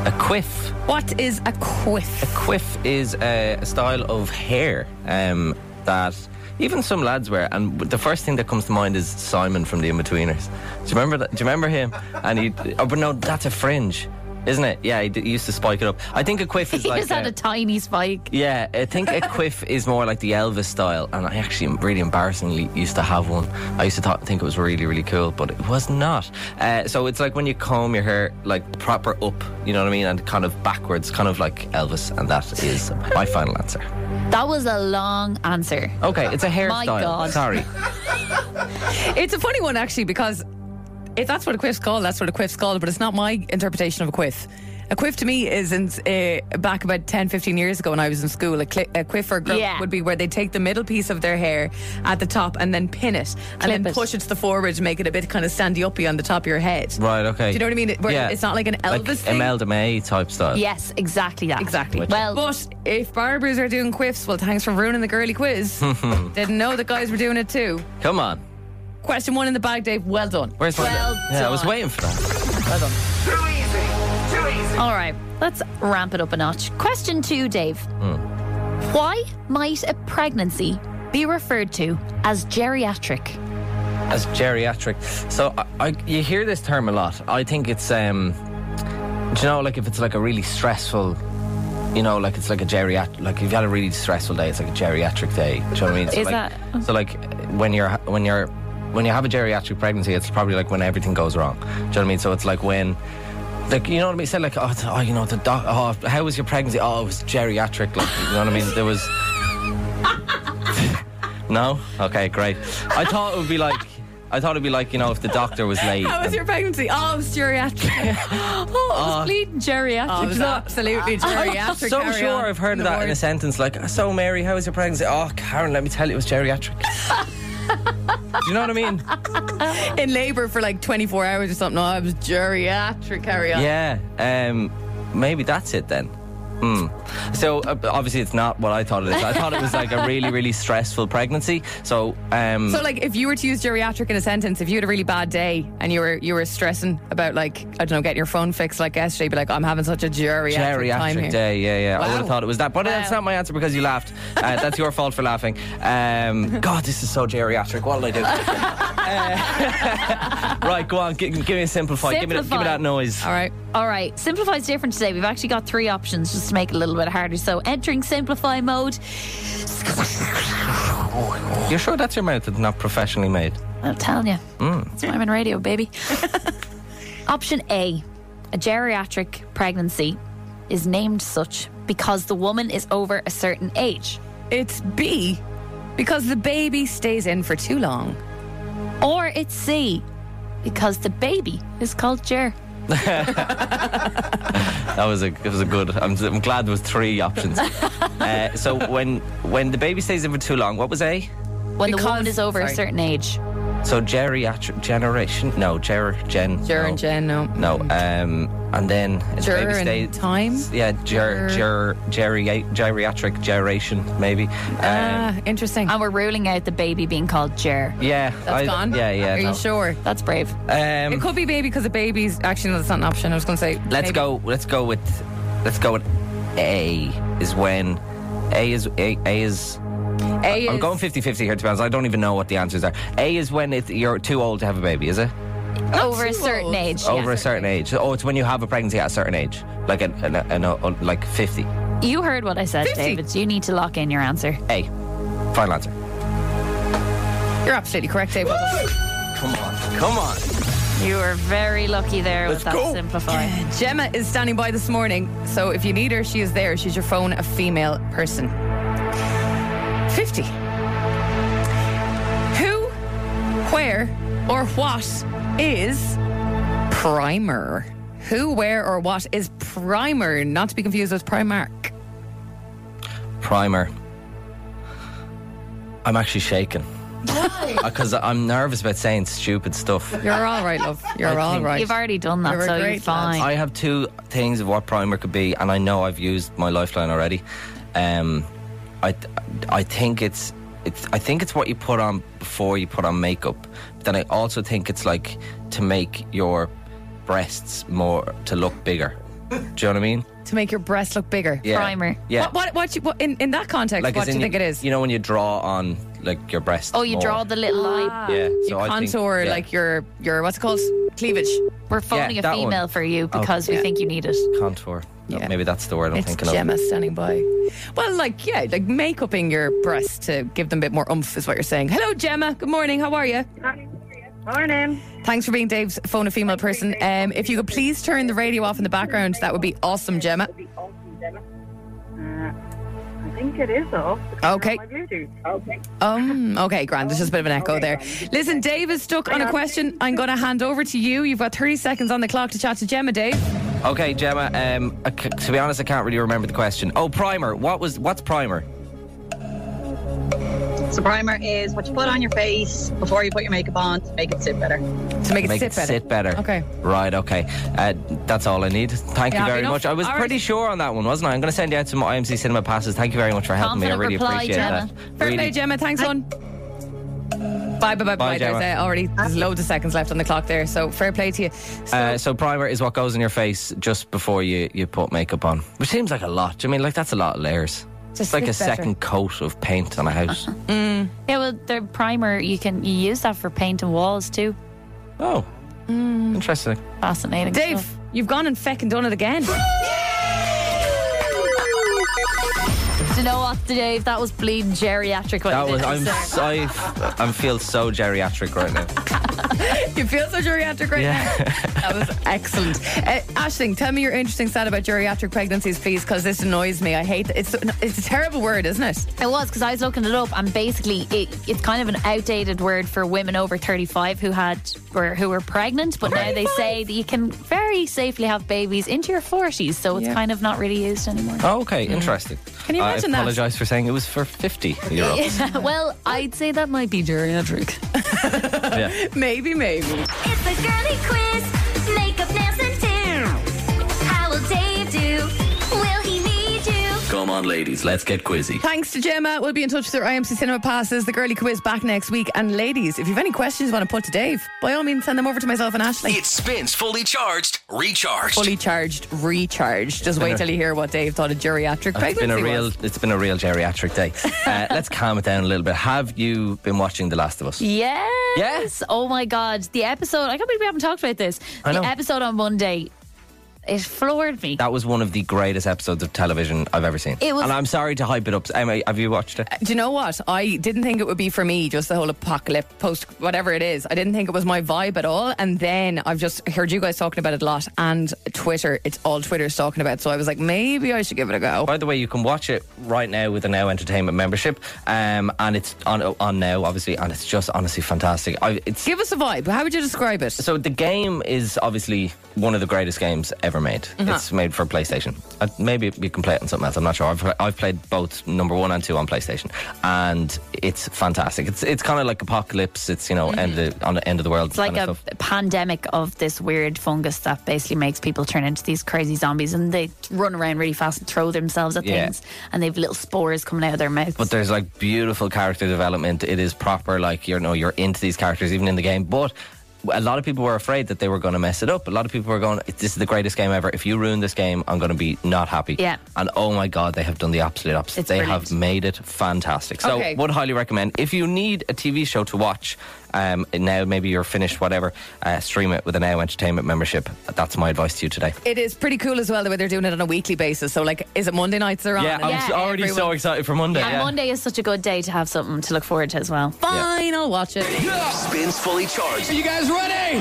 D: A quiff.
C: What is a quiff?
D: A quiff is a a style of hair um, that even some lads wear, and the first thing that comes to mind is Simon from the Inbetweeners. Do you remember that? Do you remember him? And he, oh, but no, that's a fringe, isn't it? Yeah, he, d- he used to spike it up. I think a quiff is
E: He
D: like
E: just had
D: uh,
E: a tiny spike.
D: yeah, I think a quiff is more like the Elvis style, and I actually am really embarrassingly used to have one. I used to th- think it was really, really cool, but it was not. Uh, so it's like when you comb your hair like proper up, you know what I mean, and kind of backwards, kind of like Elvis, and that is my final answer.
E: That was a long answer.
D: Okay, it's a hairstyle.
E: My God.
D: Sorry.
C: It's a funny one actually because if that's what a quiff's called, that's what a quiff's called, but it's not my interpretation of a quiff. A quiff to me is in, uh, back about 10, 15 years ago when I was in school. A, cli a quiff or a grip
E: Yeah.
C: would be where they take the middle piece of their hair at the top and then pin it and then
E: Clip it.
C: push it to the forward to make it a bit kind of standy uppy on the top of your head.
D: Right. Okay.
C: Do you know what I mean? It- where it's not like an Elvis thing.
D: Imelda May type style.
E: Yes, exactly that.
C: Exactly.
D: Which-
E: Well,
C: But if barbers are doing quiffs, well, thanks for ruining the girly quiz. Didn't know the guys were doing it too.
D: Come on.
C: Question one in the bag, Dave. Well done.
D: Where's my?
E: Well
D: yeah, I was
E: done.
D: waiting for that.
C: Well done.
E: all right, let's ramp it up a notch. Question two, Dave.
D: Hmm.
E: Why might a pregnancy be referred to as geriatric?
D: as geriatric. So I, I, you hear this term a lot. I think it's, um, do you know, like if it's like a really stressful, you know, like it's like a geriatric, like if you've had a really stressful day, it's like a geriatric day. Do you know what I mean? So
E: Is
D: like,
E: that- oh.
D: so like when you're when you're when you have a geriatric pregnancy, it's probably like when everything goes wrong. Do you know what I mean? So it's like when. Like you know what I mean? Said like oh, it's- oh you know the doc oh how was your pregnancy? Oh it was geriatric like you know what I mean? There was no? Okay, great. I thought it would be like I thought it'd be like, you know, if the doctor was late.
C: How was your pregnancy? Oh, it was geriatric. oh, it was
D: Uh,
C: bleeding
E: geriatric.
C: Oh, it was absolutely geriatric.
D: so
C: Carry
D: sure
C: on.
D: I've heard of that in a sentence like, so Mary, how was your pregnancy? Oh, Karen, let me tell you, it was geriatric. Do you know what I mean?
C: in labour for like 24 hours or something. Oh, it was geriatric. Carry on.
D: Yeah. Um, maybe that's it then. Hmm. So uh, obviously it's not what I thought it is. I thought it was like a really, really stressful pregnancy. So, um,
C: So, like, if you were to use geriatric in a sentence, if you had a really bad day and you were you were stressing about like I don't know getting your phone fixed like yesterday, you'd be like, I'm having such a geriatric, time
D: geriatric
C: here.
D: day. Yeah, yeah. I would have
C: Wow.
D: thought it was that, but that's not my answer because you laughed. Uh, that's your fault for laughing. Um, God, this is so geriatric. What will I do? Uh, right, go on. Give, give me a simplify. Give me, that- give me
E: Simplify.
D: that noise.
C: All right.
E: All right, Simplify is different today. We've actually got three options just to make it a little bit harder. So, entering Simplify mode.
D: You're sure that's your mouth that's not professionally made?
E: I'm telling you, that's why I'm in radio, baby. Option A a geriatric pregnancy is named such because the woman is over a certain age.
C: It's B because the baby stays in for too long.
E: Or it's C because the baby is called Jer.
D: That was a it was a good. I'm, I'm glad there was three options. uh, so when when the baby stays in for too long, what was A?
E: When the woman
C: Because-
E: is over
C: sorry.
E: a certain age.
D: So geriatric generation? No, ger gen.
C: Ger
D: no.
C: and Jen, no.
D: No, um, and then it's
C: Ger
D: maybe
C: and
D: stay-
C: time?
D: Yeah, ger, ger, geria- geriatric generation, maybe. Um,
E: Ah,
C: interesting.
E: And we're ruling out the baby being called Jer.
D: yeah,
E: That's
D: I-
E: gone?
D: Yeah, yeah.
E: Are you
D: no.
C: sure?
E: That's brave.
D: Um,
C: It could be baby because a baby's actually no, that's not an option. I was going to say.
D: Let's
C: maybe.
D: go. Let's go with. Let's go with A is when A is A, a is.
C: A
D: I'm
C: is-
D: going 50-50 here. To be honest, I don't even know what the answers are. A is when it, you're too old to have a baby, is it?
E: Over a certain age. yeah.
D: Over a certain age. Oh, it's when you have a pregnancy at a certain age, like an, an, an, an like fifty.
E: You heard what I said, David. You need to lock in your answer.
D: A, final answer.
C: You're absolutely correct, David.
D: Come on, come on.
E: You were very lucky there
C: Let's
E: with that
C: go.
E: simplify.
C: Gemma is standing by this morning, so if you need her, she is there. She's your phone, a female person. 50. Who, where, or what is primer? Who, where, or what is primer? Not to be confused with Primark.
D: Primer. I'm actually shaking because I'm nervous about saying stupid stuff.
C: You're all right, love. You're
D: I
C: all
D: think-
C: right.
E: You've already done that,
C: You're a
E: so you're
C: great
E: fine.
D: I have two things of what primer could be, and I know I've used my lifeline already. Um, I, I think it's, it's, I think it's what you put on before you put on makeup. But then I also think it's like to make your breasts more to look bigger. Do you know what I mean?
C: To make your breasts look bigger.
D: Yeah. Primer. Yeah.
C: What, what, what, you, what in, in that context, what
D: as
C: do
D: in
C: you think it is?
D: You know when you draw on like your breasts.
E: Oh, you
D: more.
E: draw the little line.
D: Yeah.
C: you
D: So I think-
C: contour
D: yeah.
C: like your your what's it called cleavage.
E: We're phoning
D: that
E: a
D: one.
E: female for you because we
D: Okay.
E: think you need it.
D: contour. No, Maybe that's the word I'm
C: It's
D: thinking of.
C: Gemma standing by. Well, like yeah, like make upping your breasts to give them a bit more oomph is what you're saying. Hello, Gemma. Good morning. How are you?
P: Morning.
C: Thanks for being Dave's phone a female person. Um, if you could please turn the radio off in the background, that would be awesome, Gemma.
P: Uh, I think it is off.
C: Okay.
P: My Bluetooth. Okay.
C: Um. Okay, grand. There's just a bit of an echo there. Listen, Dave is stuck on a question. I'm going to hand over to you. You've got 30 seconds on the clock to chat to Gemma, Dave.
D: Okay, Gemma. Um, I c- to be honest, I can't really remember the question. Oh, primer. What was? What's primer?
Q: So primer is what you put on your face before you put your makeup on to make it sit better.
C: To
D: make it sit better.
C: Okay.
D: Right. Okay. Uh, that's all I need. Thank
C: Yeah,
D: you very
C: enough.
D: much. I was
C: All right.
D: pretty sure on that one, wasn't I? I'm going to send you out some IMC cinema passes. Thank you very much for helping me. I really appreciate that.
C: Fair
D: really.
C: play, Gemma. Thanks, hon. Bye, bye, bye, bye. There's
D: Gemma.
C: uh, already there's loads of seconds left on the clock there, so fair play to you.
D: Uh, so primer is what goes on your face just before you, you put makeup on, which seems like a lot. Do you mean, like that's a lot of layers.
E: Just
D: it's like a
E: look better.
D: second coat of paint on a house.
E: Yeah, well, the primer you can you use that for painting walls too.
D: oh,
E: Hmm.
D: interesting.
E: Fascinating.
C: Dave, you've gone and feckin' done it again.
E: Do you know what, Dave? That was bleeding geriatric. What
D: That
E: you
D: was
E: did
D: I'm
E: there.
D: so, I, I feel so geriatric right now.
C: you feel so geriatric right now. That was excellent. Uh, Ashling, tell me your interesting stat about geriatric pregnancies, please, because this annoys me. I hate it. It's, it's a terrible word, isn't it?
E: It was because I was looking it up, and basically, it, it's kind of an outdated word for women over thirty-five who had or who were pregnant. But now they say that you can very safely have babies into your forties, so it's kind of not really used anymore.
D: Oh, okay, interesting.
E: Hmm. Can you imagine
D: I
E: that?
D: apologise for saying it was for 50 euro.
E: Yeah, well, I'd say that might be geriatric.
D: yeah.
C: Maybe, maybe.
O: It's a girly quiz. Makeup, nails, and do. How will Dave do? Will he need you?
A: Come on, ladies, let's get quizzy.
C: Thanks to Gemma. We'll be in touch with their IMC Cinema Passes, the girly quiz back next week. And ladies, if you've any questions you want to put to Dave, by all means send them over to myself and Ashley.
A: It spins fully charged, recharged.
C: Fully charged, recharged. Just
D: been
C: wait
D: a-
C: till you hear what Dave thought of geriatric
D: It's
C: pregnancy
D: been a
C: was.
D: real, it's been a real geriatric day. Uh, let's calm it down a little bit. Have you been watching The Last of Us?
E: Yes. Oh my God. The episode, I can't believe we haven't talked about this.
D: I
E: the
D: know.
E: episode on Monday, it floored me.
D: That was one of the greatest episodes of television I've ever seen.
C: It was-
D: and I'm sorry to hype it up. Emma, have you watched it?
C: Do you know what? I didn't think it would be for me, just the whole apocalypse, post, whatever it is. I didn't think it was my vibe at all. And then I've just heard you guys talking about it a lot and Twitter. It's all Twitter's talking about. So I was like, maybe I should give it a go.
D: By the way, you can watch it right now with a Now Entertainment membership, um, and it's on on Now, obviously, and it's just honestly fantastic. I, it's
C: Give us a vibe. How would you describe it?
D: So the game is obviously one of the greatest games ever ever made.
R: Uh-huh.
D: It's made for PlayStation. Uh, maybe you can play it on something else. I'm not sure. I've, I've played both number one and two on PlayStation, and it's fantastic. It's it's kind of like apocalypse. It's you know end of the, on the end of the world.
E: Mm-hmm. It's like
D: kind
E: a
D: of stuff.
E: pandemic of this weird fungus that basically makes people turn into these crazy zombies and they run around really fast and throw themselves at
D: Yeah.
E: things and they've little spores coming out of their mouths.
D: But there's like beautiful character development. It is proper, like you know, you're into these characters even in the game. But a lot of people were afraid that they were going to mess it up. A lot of people were going, "This is the greatest game ever. If you ruin this game, I'm going to be not happy."
E: Yeah.
D: And oh my god, they have done the absolute opposite.
E: It's
D: they
E: brilliant.
D: have made it fantastic. So
E: Okay.
D: would highly recommend if you need a TV show to watch. Um, now maybe you're finished, whatever. Uh, stream it with a Now Entertainment membership. That's my advice to you today.
C: It is pretty cool as well the way they're doing it on a weekly basis. So, like, is it Monday nights they're on?
D: Yeah, I'm
C: And-
D: s- already so excited for Monday.
E: and
D: yeah.
E: Monday is such a good day to have something to look forward to as well.
C: Fine, I'll watch it.
A: Spins fully charged.
C: Are you guys ready?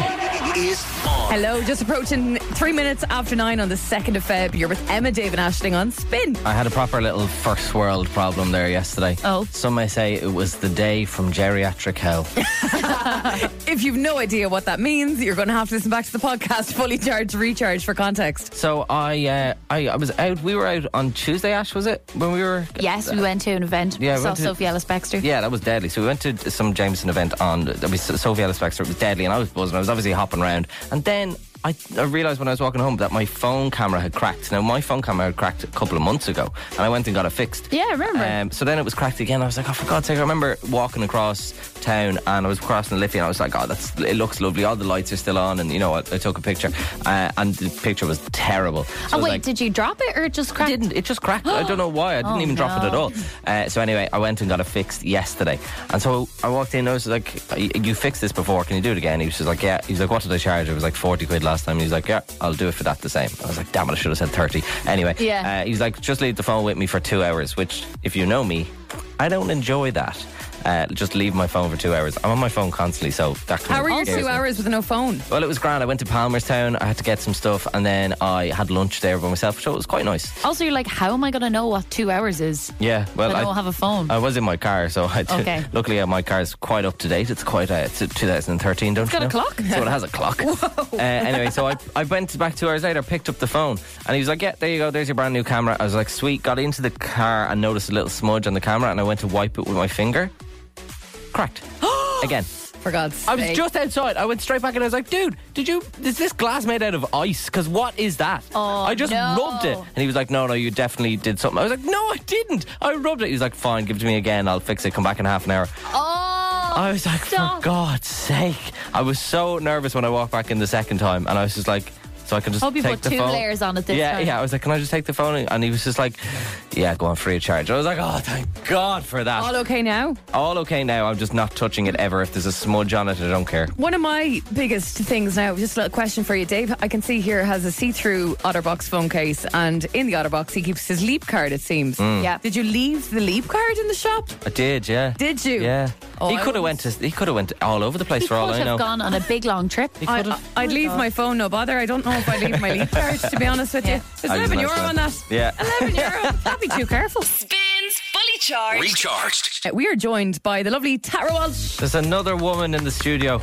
A: Is
C: Hello, just approaching three minutes after nine on the 2nd of Feb. You're with Emma, David, Ashling on Spin.
D: I had a proper little first world problem there yesterday.
C: Oh.
D: Some may say it was the day from geriatric hell.
C: If you've no idea what that means, you're going to have to listen back to the podcast, fully charged, recharged for context.
D: so I, uh, I I was out, we were out on Tuesday, Ash, was it? When we were.
E: Yes, we went to an event.
D: Uh, Yeah, we
E: saw
D: went to-
E: Sophie Ellis Bextor.
D: Yeah, that was deadly. So we went to some Jameson event on, that was Sophie Ellis Bextor. It was deadly, and I was buzzing. I was obviously hopping around. And then I, I realised when I was walking home that my phone camera had cracked. Now, my phone camera had cracked a couple of months ago, and I went and got it fixed.
E: Yeah, I remember.
D: Um, so then it was cracked again. I was like, oh, for God's sake, I remember walking across town and I was crossing Liffey and I was like, oh, that's, it looks lovely. All the lights are still on. And, you know, I, I took a picture uh, and the picture was terrible. So I
E: oh
D: was
E: wait,
D: like,
E: did you drop it or it just cracked?
D: didn't. It just cracked. I don't know why. I didn't
E: Oh,
D: even drop it at
E: no.
D: all. Uh, so anyway, I went and got it fixed yesterday. And so I walked in. I was like, "Y- "You fixed this before? Can you do it again?" He was just like, "Yeah." He was like, "What did I charge?" It was like forty quid last time. He was like, "Yeah, I'll do it for that the same." I was like, "Damn it! I should have said 30. Anyway,
E: Yeah.
D: Uh, he was like, "Just leave the phone with me for two hours." Which, if you know me, I don't enjoy that. Uh, just leave my phone for two hours. I'm on my phone constantly, so that. kind
C: How
D: of
C: are your
D: scares
C: two
D: me.
C: hours with no phone?
D: Well, it was grand. I went to Palmerstown. I had to get some stuff, and then I had lunch there by myself, so it was quite nice.
E: Also, you're like, how am I going to know what two hours is?
D: Yeah, well,
E: When I don't have a phone.
D: I was in my car, so I did.
E: Okay.
D: Luckily, uh, my car's quite up to date. It's quite uh, it's 2013, don't
E: It's
D: you
E: got a
D: know?
E: clock?
D: So it has a clock. Uh, anyway, so I, I went back two hours later, picked up the phone, and he was like, "Yeah, there you go. There's your brand new camera." I was like, "Sweet." Got into the car and noticed a little smudge on the camera, and I went to wipe it with my finger. Cracked again.
C: For God's
D: I
C: sake.
D: was just outside. I went straight back and I was like, dude, did you, is this glass made out of ice? Because what is that?
E: Oh,
D: I just
E: no.
D: rubbed it. And he was like, no, no, you definitely did something. I was like, no, I didn't. I rubbed it. He was like, fine, give it to me again. I'll fix it. Come back in half an hour.
E: Oh,
D: I was like, for God's sake. I was so nervous when I walked back in the second time. And I was just like, so I can just
E: Hope you
D: take
E: put
D: the
E: two
D: phone.
E: layers on it this
D: yeah,
E: time.
D: Yeah, I was like, can I just take the phone? And he was just like, yeah, go on free of charge. I was like, oh, thank God for that.
R: All okay now?
D: All okay now. I'm just not touching it ever. If there's a smudge on it, I don't care.
C: One of my biggest things now, just a little question for you, Dave. I can see here has a see-through OtterBox phone case, and in the OtterBox he keeps his Leap card. It seems.
D: Mm.
C: Yeah. Did you leave the Leap card in the shop?
D: I did, yeah.
C: Did you?
D: Yeah.
C: Oh,
D: he
C: I
D: could have went to he could have went all over the place for all
E: could
D: I
E: have
D: know.
E: gone on a big long trip.
C: I, uh, I- I'd leave my phone, no bother. I don't know if I leave my Leap card. To be honest with you, there's
D: I Oh, was
C: 11
D: nice
C: euro
D: man.
C: on that.
D: Yeah.
C: 11 euro. That'd be too careful.
B: Spins fully charged.
A: Recharged.
C: Uh, We are joined by the lovely Tara Walsh.
D: There's another woman in the studio.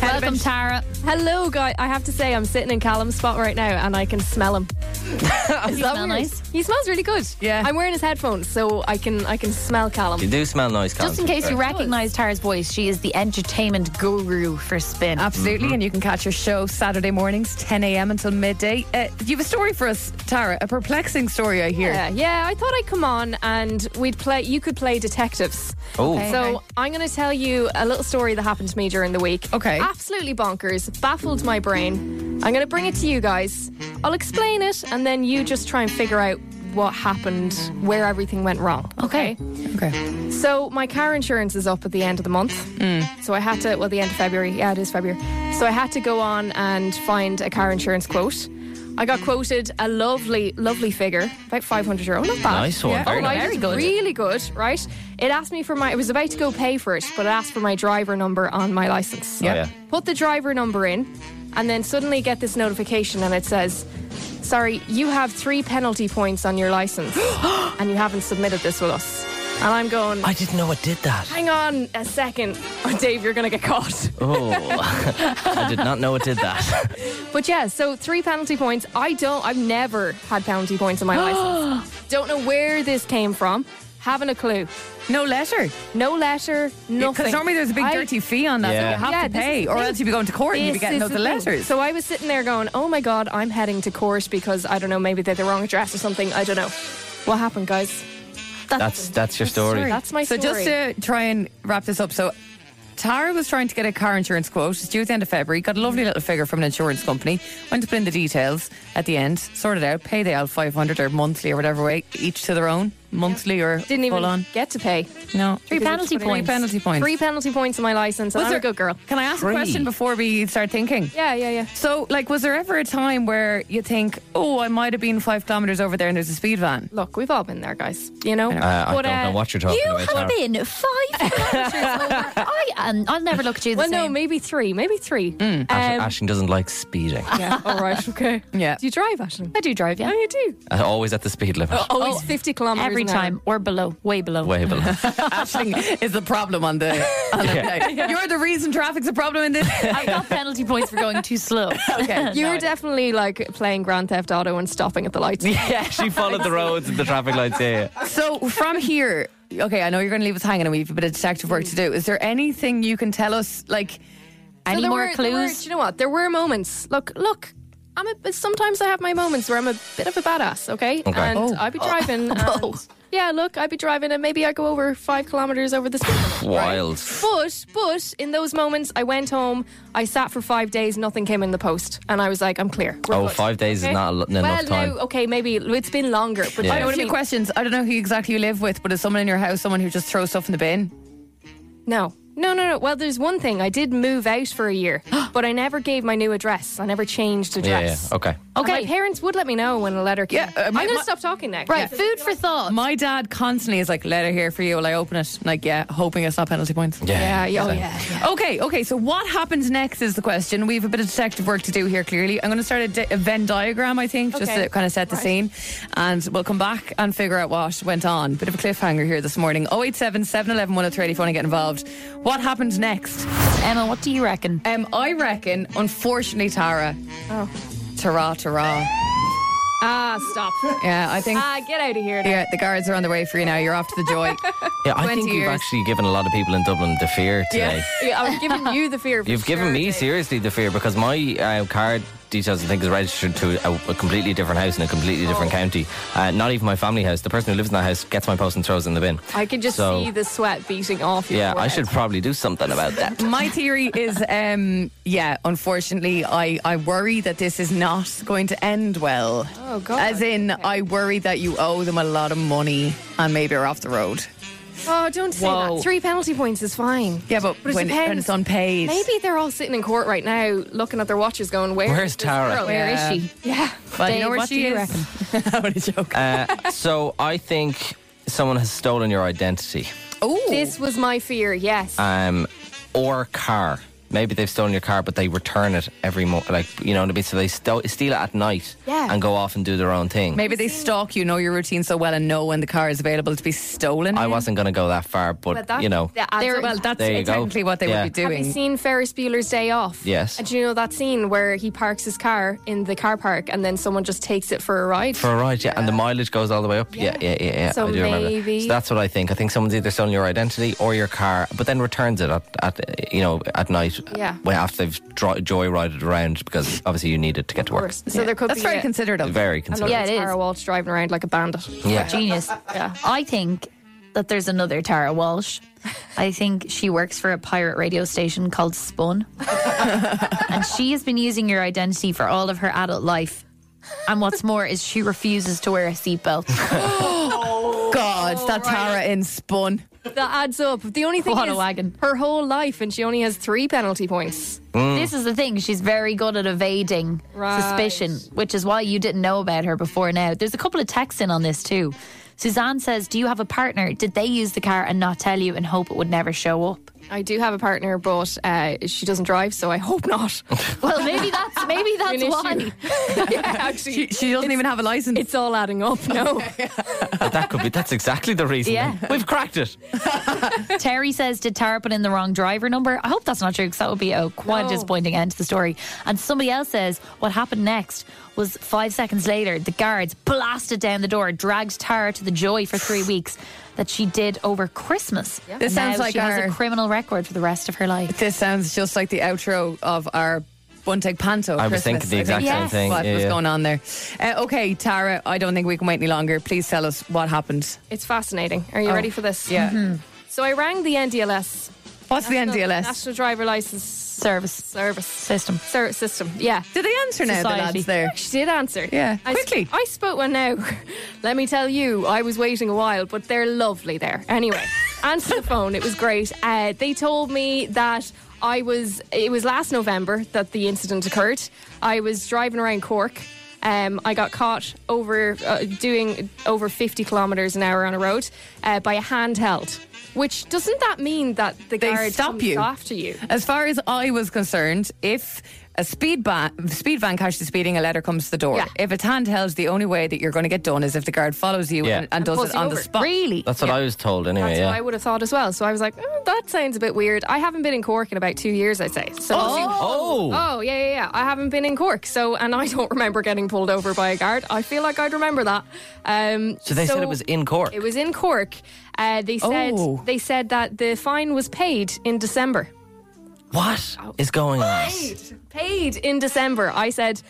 E: Welcome, Tara.
S: Hello, guy. I have to say, I'm sitting in Callum's spot right now, and I can smell him. Is that
E: smell nice?
S: He smells really good. Yeah. I'm wearing his headphones, so I can I can smell Callum.
D: You do smell nice, Colin.
E: Just in case you
D: Sorry.
E: recognise Tara's voice, she is the entertainment guru for Spin.
C: Absolutely, and you can catch your show Saturday mornings, 10 a.m. until midday. Uh, you have a story for us, Tara, a perplexing story, I hear.
S: Yeah, yeah. I thought I'd come on and we'd play. You could play detectives.
C: Oh. Okay.
S: So
C: Okay.
S: I'm going to tell you a little story that happened to me during the week. Okay. Absolutely bonkers. Baffled my brain. I'm going to bring it to you guys. I'll explain it, and then you just try and figure out what happened, where everything went wrong. Okay.
C: Okay.
S: So my car insurance is up at the end of the month.
D: Mm.
S: So I had to, well, the end of February. Yeah, it is February. So I had to go on and find a car insurance quote. I got quoted a lovely, lovely figure, about 500 euro. Not bad.
D: Nice one, very
S: Oh, right,
D: nice.
S: it's
D: Very good.
S: Really good, right? It asked me for my, it was about to go pay for it, but it asked for my driver number on my license.
D: Oh, yeah.
S: Put the driver number in, and then suddenly get this notification, and it says, Sorry, you have three penalty points on your license, and you haven't submitted this with us. And I'm going,
D: I didn't know it did that.
S: hang on a second. Oh, Dave, you're going to get caught.
D: Oh, I did not know it did that.
S: But yeah, so three penalty points. I don't, I've never had penalty points in my license. Don't know where this came from. Haven't a clue.
C: No letter.
S: No letter, nothing.
C: Because normally there's a big
S: I-
C: dirty fee on that, so
S: Yeah.
C: you have
S: Yeah,
C: to
S: this is
C: pay,
S: the
C: or
S: thing.
C: else you'd be going to court and you'd be
S: This
C: getting
S: is
C: loads
S: the
C: of
S: thing.
C: letters.
S: So I was sitting there going, oh my God, I'm heading to court because I don't know, maybe they had the wrong address or something. I don't know. What happened, guys?
D: That's that's your story. Uh,
S: That's my
C: so
S: story.
C: just to try and wrap this up, so Tara was trying to get a car insurance quote. It's due at the end of February. Got a lovely little figure from an insurance company. Went to put in the details at the end, sorted out, pay the L five hundred or monthly or whatever way, each to their own, monthly or
S: Didn't even
C: full on.
S: get to pay.
C: No,
S: Because it's funny.
C: Three penalty points.
S: Three penalty points in my license.
C: Was
S: and I'm
C: there-
S: a good girl.
C: Can I ask a question before we start thinking?
S: Yeah, yeah, yeah.
C: So, like, was there ever a time where you think, oh, I might have been five kilometres over there and there's a speed van?
S: Look, we've all been there, guys. You know?
D: Uh, I don't know what you're talking
E: you
D: about.
E: have
D: Tara.
E: been five kilometres over. I am. I'll never look at you the
S: Well,
E: same.
S: no, maybe three. Maybe three.
D: Ash-
S: Um,
D: Ashton doesn't like speeding.
S: yeah, all right, okay.
C: Yeah.
S: Do you drive, Ashton?
E: I do drive, yeah.
S: Oh, you do.
D: Uh, Always at the speed limit.
S: Always 50 kilometres
E: Every
S: an hour.
E: time, or below, way below.
D: Way below.
C: Ashling is the problem on the. On the
D: Yeah.
C: day. You're the reason traffic's a problem in this.
E: I got penalty points for going too slow.
C: okay.
S: You were definitely like playing Grand Theft Auto and stopping at the lights.
D: Yeah, she followed the roads and the traffic lights here.
C: So from here, okay, I know you're going to leave us hanging and we have a bit of detective work to do. Is there anything you can tell us, like
E: Any
S: there
E: more
S: were- there were-
E: clues?
S: do you know what? There were moments. Look, look. I'm a, sometimes I have my moments where I'm a bit of a badass, okay?
D: Okay.
S: And
D: Oh.
S: I'd be driving. and, yeah, look, I'd be driving and maybe I go over five kilometers over the speed limit.
D: Wild.
S: But, but in those moments, I went home, I sat for five days, nothing came in the post. And I was like, I'm clear. We're
D: Oh,
S: good,
D: five days is not a lo- enough
S: well,
D: time.
S: no, okay, maybe it's been longer, but
D: Yeah.
S: you
C: I
S: know
C: have a
S: what I
C: few
S: mean?
C: questions. I don't know who exactly you live with, but is someone in your house someone who just throws stuff in the bin?
S: No. No, no, no. Well, there's one thing. I did move out for a year, but I never gave my new address. I never changed
D: Yeah, yeah.
S: address.
D: Okay.
S: Okay.
E: Okay.
S: my parents would let me know when a letter came.
C: Yeah, uh,
S: I'm
C: my-
S: going
C: my-
S: to stop talking next.
E: Right, food for thought.
C: My dad constantly is like, letter here for you. Will I open it? I'm like, yeah, hoping it's not penalty points.
S: Yeah, yeah, oh,
D: same.
S: yeah.
C: Okay, okay. So what happens next is the question. We have a bit of detective work to do here. Clearly, I'm going to start a, di- a Venn diagram. I think just
S: Okay.
C: to kind of set the
S: Right.
C: scene, and we'll come back and figure out what went on. Bit of a cliffhanger here this morning. 087 711 1030 if you want to get involved. What happens next?
E: Emma, what do you reckon?
C: Um, I reckon, unfortunately, Tara.
S: Oh.
C: Tara, Tara.
S: Ah, stop.
C: Yeah, I think.
S: ah, get out of here.
C: Yeah, the guards are on their way for you now. You're off to the joy.
D: Yeah, I
C: 20
D: think you've
C: years.
D: actually given a lot of people in Dublin the fear today.
S: Yeah, I was giving you the fear. for
D: You've given
S: sure,
D: me
S: Dave.
D: seriously the fear because my uh, card details I think is registered to a, a completely different house in a completely
S: Oh.
D: different county. Uh, not even my family house. The person who lives in that house gets my post and throws it in the bin.
S: I can just
D: So-
S: see the sweat beating off. Your
D: Yeah, I
S: forehead.
D: should probably do something about that.
C: My theory is, um, yeah, unfortunately, I, I worry that this is not going to end well.
S: Oh, God.
C: As in, I worry that you owe them a lot of money and maybe are off the road.
S: Oh, don't say
C: Whoa.
S: that. Three penalty points is fine.
C: Yeah, but,
S: But it
C: when, when
S: depends.
C: it's unpaid.
S: Maybe they're all sitting in court right now, looking at their watches, going, "Where
D: Where's
S: is this
D: Tara?
S: girl?
E: Where is she?
S: Yeah.
C: Well, you
E: Dave,
C: know where
E: what
C: she
E: do you
C: is.
E: reckon?
C: what a joke.
D: Uh, so I think someone has stolen your identity
C: oh,
S: This was my fear. Yes.
D: um, or car. Maybe they've stolen your car, but they return it every month. Like you know what I mean. So they sto- steal it at night
S: Yeah.
D: and go off and do their own thing.
C: maybe they stalk you, know your routine so well, and know when the car is available to be stolen.
D: I wasn't going to go that far, but,
S: But that-
D: you know,
S: that adds
C: They're-
S: up.
C: well, that's
D: There you go.
C: technically what they
D: Yeah.
C: would be
S: Have you
C: doing.
S: seen Ferris Bueller's Day Off?
D: Yes.
S: And do you know that scene where he parks his car in the car park and then someone just takes it for a ride?
D: For a ride, yeah, and the mileage goes all the way up. Yeah, yeah, yeah. yeah,
S: So
D: I do remember.
S: maybe-
D: So that's what I think. I think someone's either stolen your identity or your car, but then returns it at, at you know at night.
S: Yeah.
D: When after they've dro- joyrided around because obviously you need it to get to work.
S: course. So there could
C: That's
S: be
C: very
S: a,
C: considerate of them.
D: Very considerate.
E: Yeah,
S: yeah,
E: it is.
S: Tara Walsh driving around like a bandit.
D: Yeah.
E: Genius. I think that there's another Tara Walsh. I think she works for a pirate radio station called Spun. and she has been using your identity for all of her adult life. And what's more is she refuses to wear a seatbelt.
C: God, that Tara in spun.
S: That adds up. The only thing
E: What a
S: is
E: wagon.
S: her whole life and she only has three penalty points.
E: This is the thing, she's very good at evading
S: Right.
E: suspicion, which is why you didn't know about her before now. There's a couple of texts in on this too. Suzanne says, Do you have a partner? Did they use the car and not tell you and hope it would never show up?
S: I do have a partner, but uh, she doesn't drive, so I hope not.
E: Well, maybe that's maybe that's why.
S: yeah, actually, she, doesn't even
R: have a license.
S: It's all adding up. No,
D: But that could be. That's exactly the reason.
E: Yeah.
D: We've cracked it.
E: Terry says, Did Tara put in the wrong driver number? I hope that's not true because that would be a quite disappointing end to the story. And somebody else says, What happened next was five seconds later, the guards blasted down the door, dragged Tara to the joy for three weeks that she did over Christmas.
C: This
E: Now
C: sounds like
E: she has
C: our-
E: a criminal record for the rest of her life.
C: This sounds just like the outro of our Bunting Panto.
D: I was
C: Christmas.
D: thinking the
C: I
D: exact same
C: that's
D: thing,
C: What
D: yeah,
C: was
D: yeah.
C: going on there? Uh, okay, Tara, I don't think we can wait any longer. Please tell us what happened.
S: it's fascinating. Are you
C: Oh,
S: ready for this?
C: yeah.
S: So I rang the NDLS.
C: What's the NDLS?
S: Mm-hmm. National Driver License
E: Service.
S: Service
E: System.
S: Ser- system. Yeah.
C: Did they answer now, the lads there?
S: She did answer.
C: Yeah,
S: I
C: quickly.
S: Sp- I spoke one now. Let me tell you, I was waiting a while, but they're lovely there. Anyway, answer the phone. It was great. Uh, they told me that I was. It was last November that the incident occurred. I was driving around Cork. Um, I got caught over uh, doing over 50 kilometres an hour on a road uh, by a handheld. Which doesn't that mean that the
C: They
S: guard
C: stop
S: comes
C: you.
S: after you?
C: As far as I was concerned, if a speed, ba- speed van catches you speeding, a letter comes to the door.
S: Yeah.
C: If it's handheld, the only way that you're going to get done is if the guard follows you
D: Yeah.
C: and, and
D: And
C: does
S: pulls
C: it
S: you
C: on the
S: over.
C: spot.
S: Really?
D: That's what I was told anyway.
S: That's
D: yeah.
S: what I would have thought as well. So I was like, oh, that sounds a bit weird. I haven't been in Cork in about two years, I'd say. So
D: Oh.
S: Oh, yeah, yeah, yeah. I haven't been in Cork, so and I don't remember getting pulled over by a guard. I feel like I'd remember that. Um,
D: So they said it was in Cork?
S: It was in Cork. Uh, they said
D: Oh.
S: they said that the fine was paid in December.
D: What is
S: Oh.
D: going on?
S: Paid, paid in December. I said.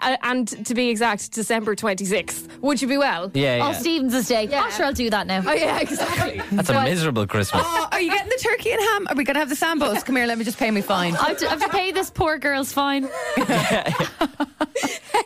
S: uh, And to be exact, December 26th. Would you be well?
D: Yeah, yeah. Oh,
E: Stevens' Day. I'm sure I'll do that now.
S: Oh, yeah, exactly.
D: That's
S: So
D: a
S: I-
D: miserable Christmas.
C: Oh, are you getting the turkey and ham? Are we going to have the sambos? Come here, let me just pay me fine.
E: I have, to, I have to pay this poor girl's fine.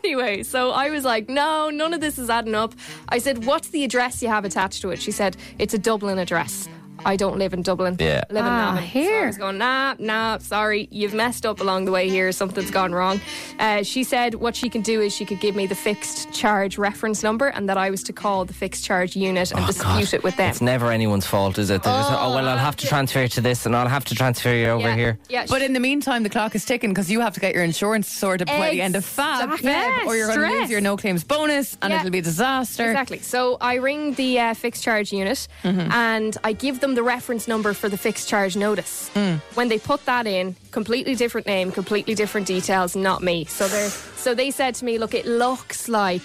S: anyway, so I was like, no, none of this is adding up. I said, what's the address you have attached to it? She said, it's a Dublin address. I don't live in Dublin.
D: Yeah.
S: I live in
E: Ah,
S: Navan. So I was going, nah, nah, sorry. You've messed up along the way here. Something's gone wrong. Uh, she said what she can do is she could give me the fixed charge reference number and that I was to call the fixed charge unit and dispute it with them.
D: Oh, It's never anyone's fault, is it? They just, oh, well, I'll have to transfer you to this and I'll have to transfer you over
S: Yeah.
D: here.
S: Yeah,
C: But in the meantime, the clock is ticking because you have to get your insurance sorted by the end of Fab,
S: Exactly.
C: Feb, or you're going to
S: Stress.
C: lose your no claims bonus, and
S: Yeah.
C: it'll be a disaster.
S: Exactly. So I ring the uh, fixed charge unit
D: Mm-hmm.
S: and I give them the reference number for the fixed charge notice.
D: Mm.
S: When they put that in, completely different name, completely different details, not me. So they so they said to me, look, it looks like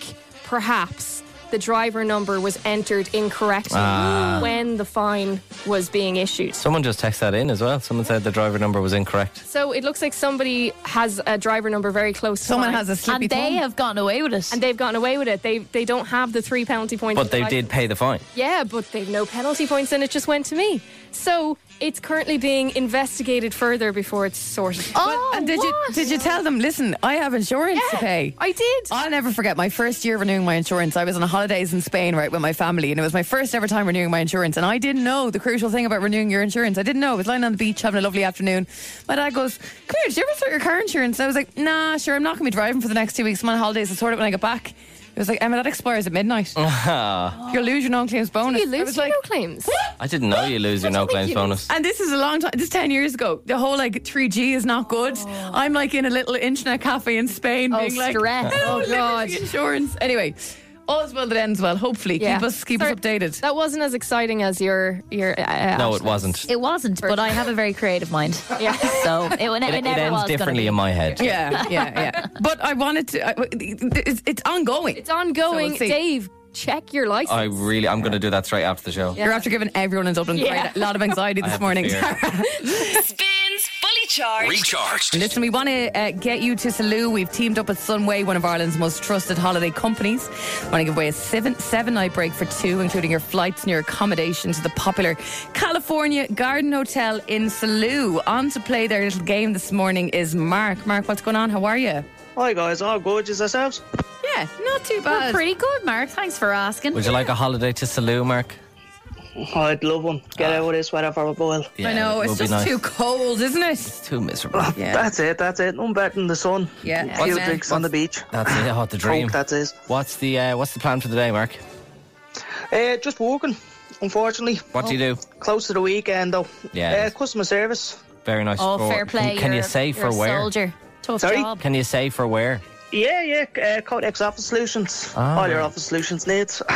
S: perhaps the driver number was entered incorrectly
D: Ah.
S: when the fine was being issued.
D: Someone just texted that in as well. Someone said the driver number was incorrect.
S: So it looks like somebody has a driver number very close.
C: Someone
S: to mine.
C: has a slippy
E: And they
C: thumb.
E: have gotten away with it.
S: and they've gotten away with it. They they don't have the three penalty points.
D: But they
S: Like-
D: did pay the fine.
S: Yeah, but they've no penalty points and it just went to me. So it's currently being investigated further before it's sorted.
C: Well, and did
S: Oh,
C: you did you tell them? Listen, I have insurance to pay.
S: I did.
C: I'll never forget my first year renewing my insurance. I was on holidays in Spain, right, with my family, and it was my first ever time renewing my insurance. And I didn't know the crucial thing about renewing your insurance. I didn't know. I was lying on the beach having a lovely afternoon. My dad goes, Come here, did you ever sort your car insurance? And I was like, Nah, sure, I'm not going to be driving for the next two weeks. I'm on holidays. I'll sort it when I get back. It was like, Emma, that expires at midnight.
D: I
C: You'll lose your non claims bonus.
S: you
C: I
S: lose
C: was
S: your
C: like,
S: no claims.
D: didn't know you lose your no claims bonus.
C: And this is a long time. This is ten years ago. The whole like 3G is not good.
S: Oh.
C: I'm like in a little internet cafe in Spain,
E: Oh,
C: being like,
E: stress.
C: "Hello,
E: Oh,
C: Liberty
E: God.
C: insurance." Anyway, all's well that ends well. Hopefully,
S: Yeah.
C: keep us keep
S: Sorry,
C: us updated.
S: That wasn't as exciting as your your. Uh,
D: No, it wasn't.
E: It wasn't, but I have a very creative mind.
S: Yeah.
E: So it, it,
D: It,
E: never
D: it
E: was
D: ends
E: gonna
D: differently
E: be.
D: in my head.
C: Yeah, yeah, yeah. But I wanted to. I, it's, it's ongoing.
S: It's ongoing,
C: So we'll see.
S: Dave. Check your license.
D: I really, I'm going to do that straight after the show.
C: You're after giving everyone in Dublin
S: Yeah.
C: quite a lot of anxiety
D: I have
C: this
D: the
C: morning.
D: fear.
B: Spins fully charged.
A: Recharged.
C: Listen, we want to uh, get you to Salou. We've teamed up with Sunway, one of Ireland's most trusted holiday companies. want to give away a seven seven night break for two, including your flights and your accommodation to the popular California Garden Hotel in Salou. On to play their little game this morning is Mark. Mark, what's going on? How are you?
T: Hi guys, all gorgeous yourselves.
C: Yeah, not too
E: We're pretty good, Mark. Thanks for asking.
D: Would you like a holiday to Salou, Mark?
T: I'd love one. Get out of this weather for a boil.
C: I
D: Ah. Yeah,
C: know
D: it
C: it's
D: will be
C: just
D: nice.
C: too cold, isn't it?
D: Too miserable.
T: That's it, that's it. Nothing better than the sun.
C: Yeah,
T: A
C: What's-
T: few drinks on the beach.
D: That's it. Oh, the dream.
T: Coke, that's it.
D: What's the uh, What's the plan for the day, Mark?
T: Uh, just walking.
S: unfortunately.
D: What do you do?
S: Close to the weekend, though.
D: Yeah.
S: Uh, customer service.
D: Very nice.
S: Oh,
D: for-
S: fair play,
D: Can you
S: you're-
D: say
S: you're
D: for
S: a
D: where?
S: soldier. Tough
D: Sorry?
S: job.
D: Can you say for where?
S: Yeah, yeah. Uh, Codex Office Solutions.
D: Ah.
S: All your Office Solutions needs.
D: You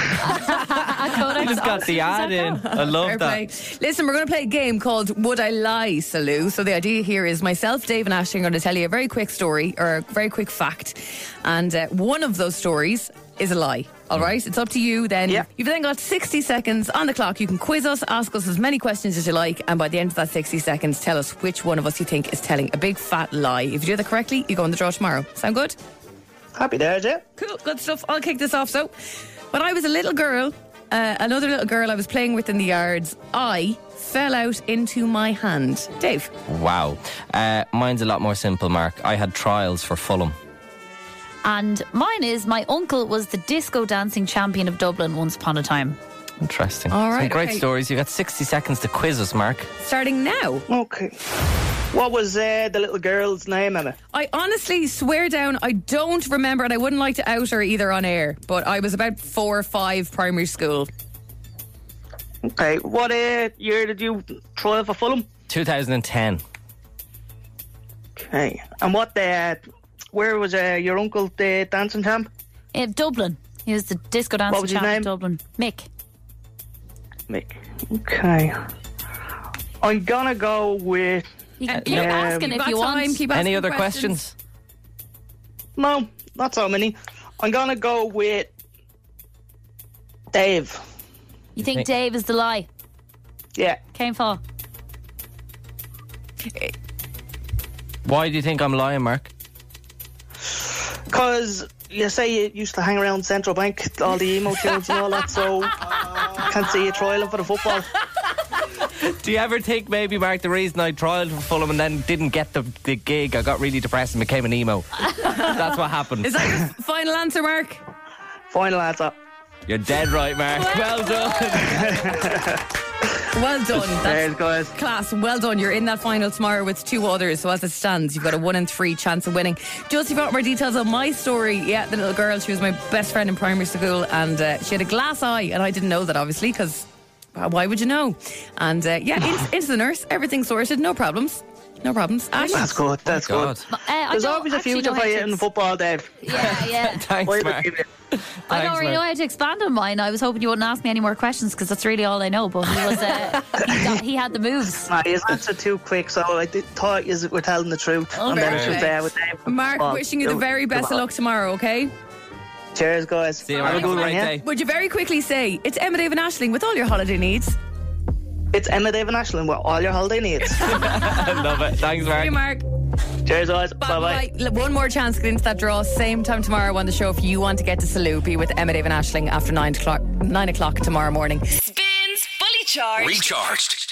D: just got the ad in. I love
C: Fair
D: that.
C: play. Listen, we're going to play a game called Would I Lie, Salu? So the idea here is myself, Dave, and Ashley are going to tell you a very quick story or a very quick fact. And uh, one of those stories is a lie. All right, it's up to you then. You've then got 60 seconds on the clock. You can quiz us, ask us as many questions as you like, and by the end of that 60 seconds, tell us which one of us you think is telling a big fat lie. If you do that correctly, you go on the draw tomorrow. Sound good?
S: Happy days, yeah.
C: Cool, good stuff. I'll kick this off. So, when I was a little girl, uh, another little girl I was playing with in the yards, I fell out into my hand. Dave,
D: Wow. Uh, mine's a lot more simple, Mark. I had trials for Fulham.
E: And mine is my uncle was the disco dancing champion of Dublin once upon a time.
D: Interesting.
E: All
D: Some
E: right,
D: great
E: okay.
D: stories. You got 60 seconds to quiz us, Mark.
C: starting now.
S: Okay. What was uh, the little girl's name, Emma?
C: I honestly swear down, I don't remember, and I wouldn't like to out her either on air, but I was about four or five primary school.
S: Okay. What uh, year did you trial for Fulham?
D: 2010.
S: Okay. And what the? Where was uh, your uncle the dancing champ?
E: In Eh, Dublin. He was the disco dancing
S: What was his
E: champion
S: name?
E: of Dublin. Mick.
S: Mick. Okay. I'm gonna go with.
E: You
S: can
E: keep asking if you want.
D: Uh, Any other questions?
S: No, not so many. I'm gonna go with Dave.
E: You think Dave is the lie?
S: Yeah.
E: Came for.
D: Why do you think I'm lying, Mark?
S: Because you say you used to hang around Central Bank, all the emo tunes and all that, so can't see you trialing for the football.
D: Do you ever think maybe, Mark, the reason I trialed for Fulham and then didn't get the, the gig, I got really depressed and became an emo? That's what happened.
C: Is that your final answer, Mark?
S: Final answer.
D: You're dead right, Mark. Well done.
C: Well done. That's
S: guys.
C: Class, well done. You're in that final tomorrow with two others. So as it stands, you've got a one in three chance of winning. Just if you want more details on my story, yeah, the little girl, she was my best friend in primary school and uh, she had a glass eye and I didn't know that obviously because why would you know? And uh, yeah, into, into the nurse, everything sorted, no problems. No problems. Ash?
S: That's good. That's good.
E: eh, I
S: There's
E: don't
S: always a
E: actually
S: future
E: know how
S: for you
E: to
S: in football, Dave.
E: Yeah, yeah.
D: Thanks,
S: Why
D: Mark.
S: believe it?
E: I don't
D: Thanks,
E: really know
D: Mark.
E: how to expand on mine. I was hoping you wouldn't ask me any more questions because that's really all I know. But he was, uh, he, got, he had the moves.
S: Nah, his answer too quick, so I did, thought you were telling the truth. and then
C: Very
S: it was
C: nice.
S: there with Dave.
C: Oh, Mark,
S: Well,
C: wishing you the
S: it-
C: very best of luck tomorrow, okay?
S: Cheers, guys. See
D: Have a good eh? one, yeah?
C: Would you very quickly say it's Emma Dave and Ashling with all your holiday needs?
S: It's Emma Dave and Ashland with all your holiday needs.
D: Love it. Thanks,
C: Hey,
D: Mark.
C: Mark.
S: Cheers, guys. Bye bye.
C: Right, one more chance to get into that draw. Same time tomorrow on the show. If you want to get to Salou, be with Emma Dave and Ashling after nine o'clock, nine o'clock tomorrow morning.
B: Spins fully charged.
A: Recharged.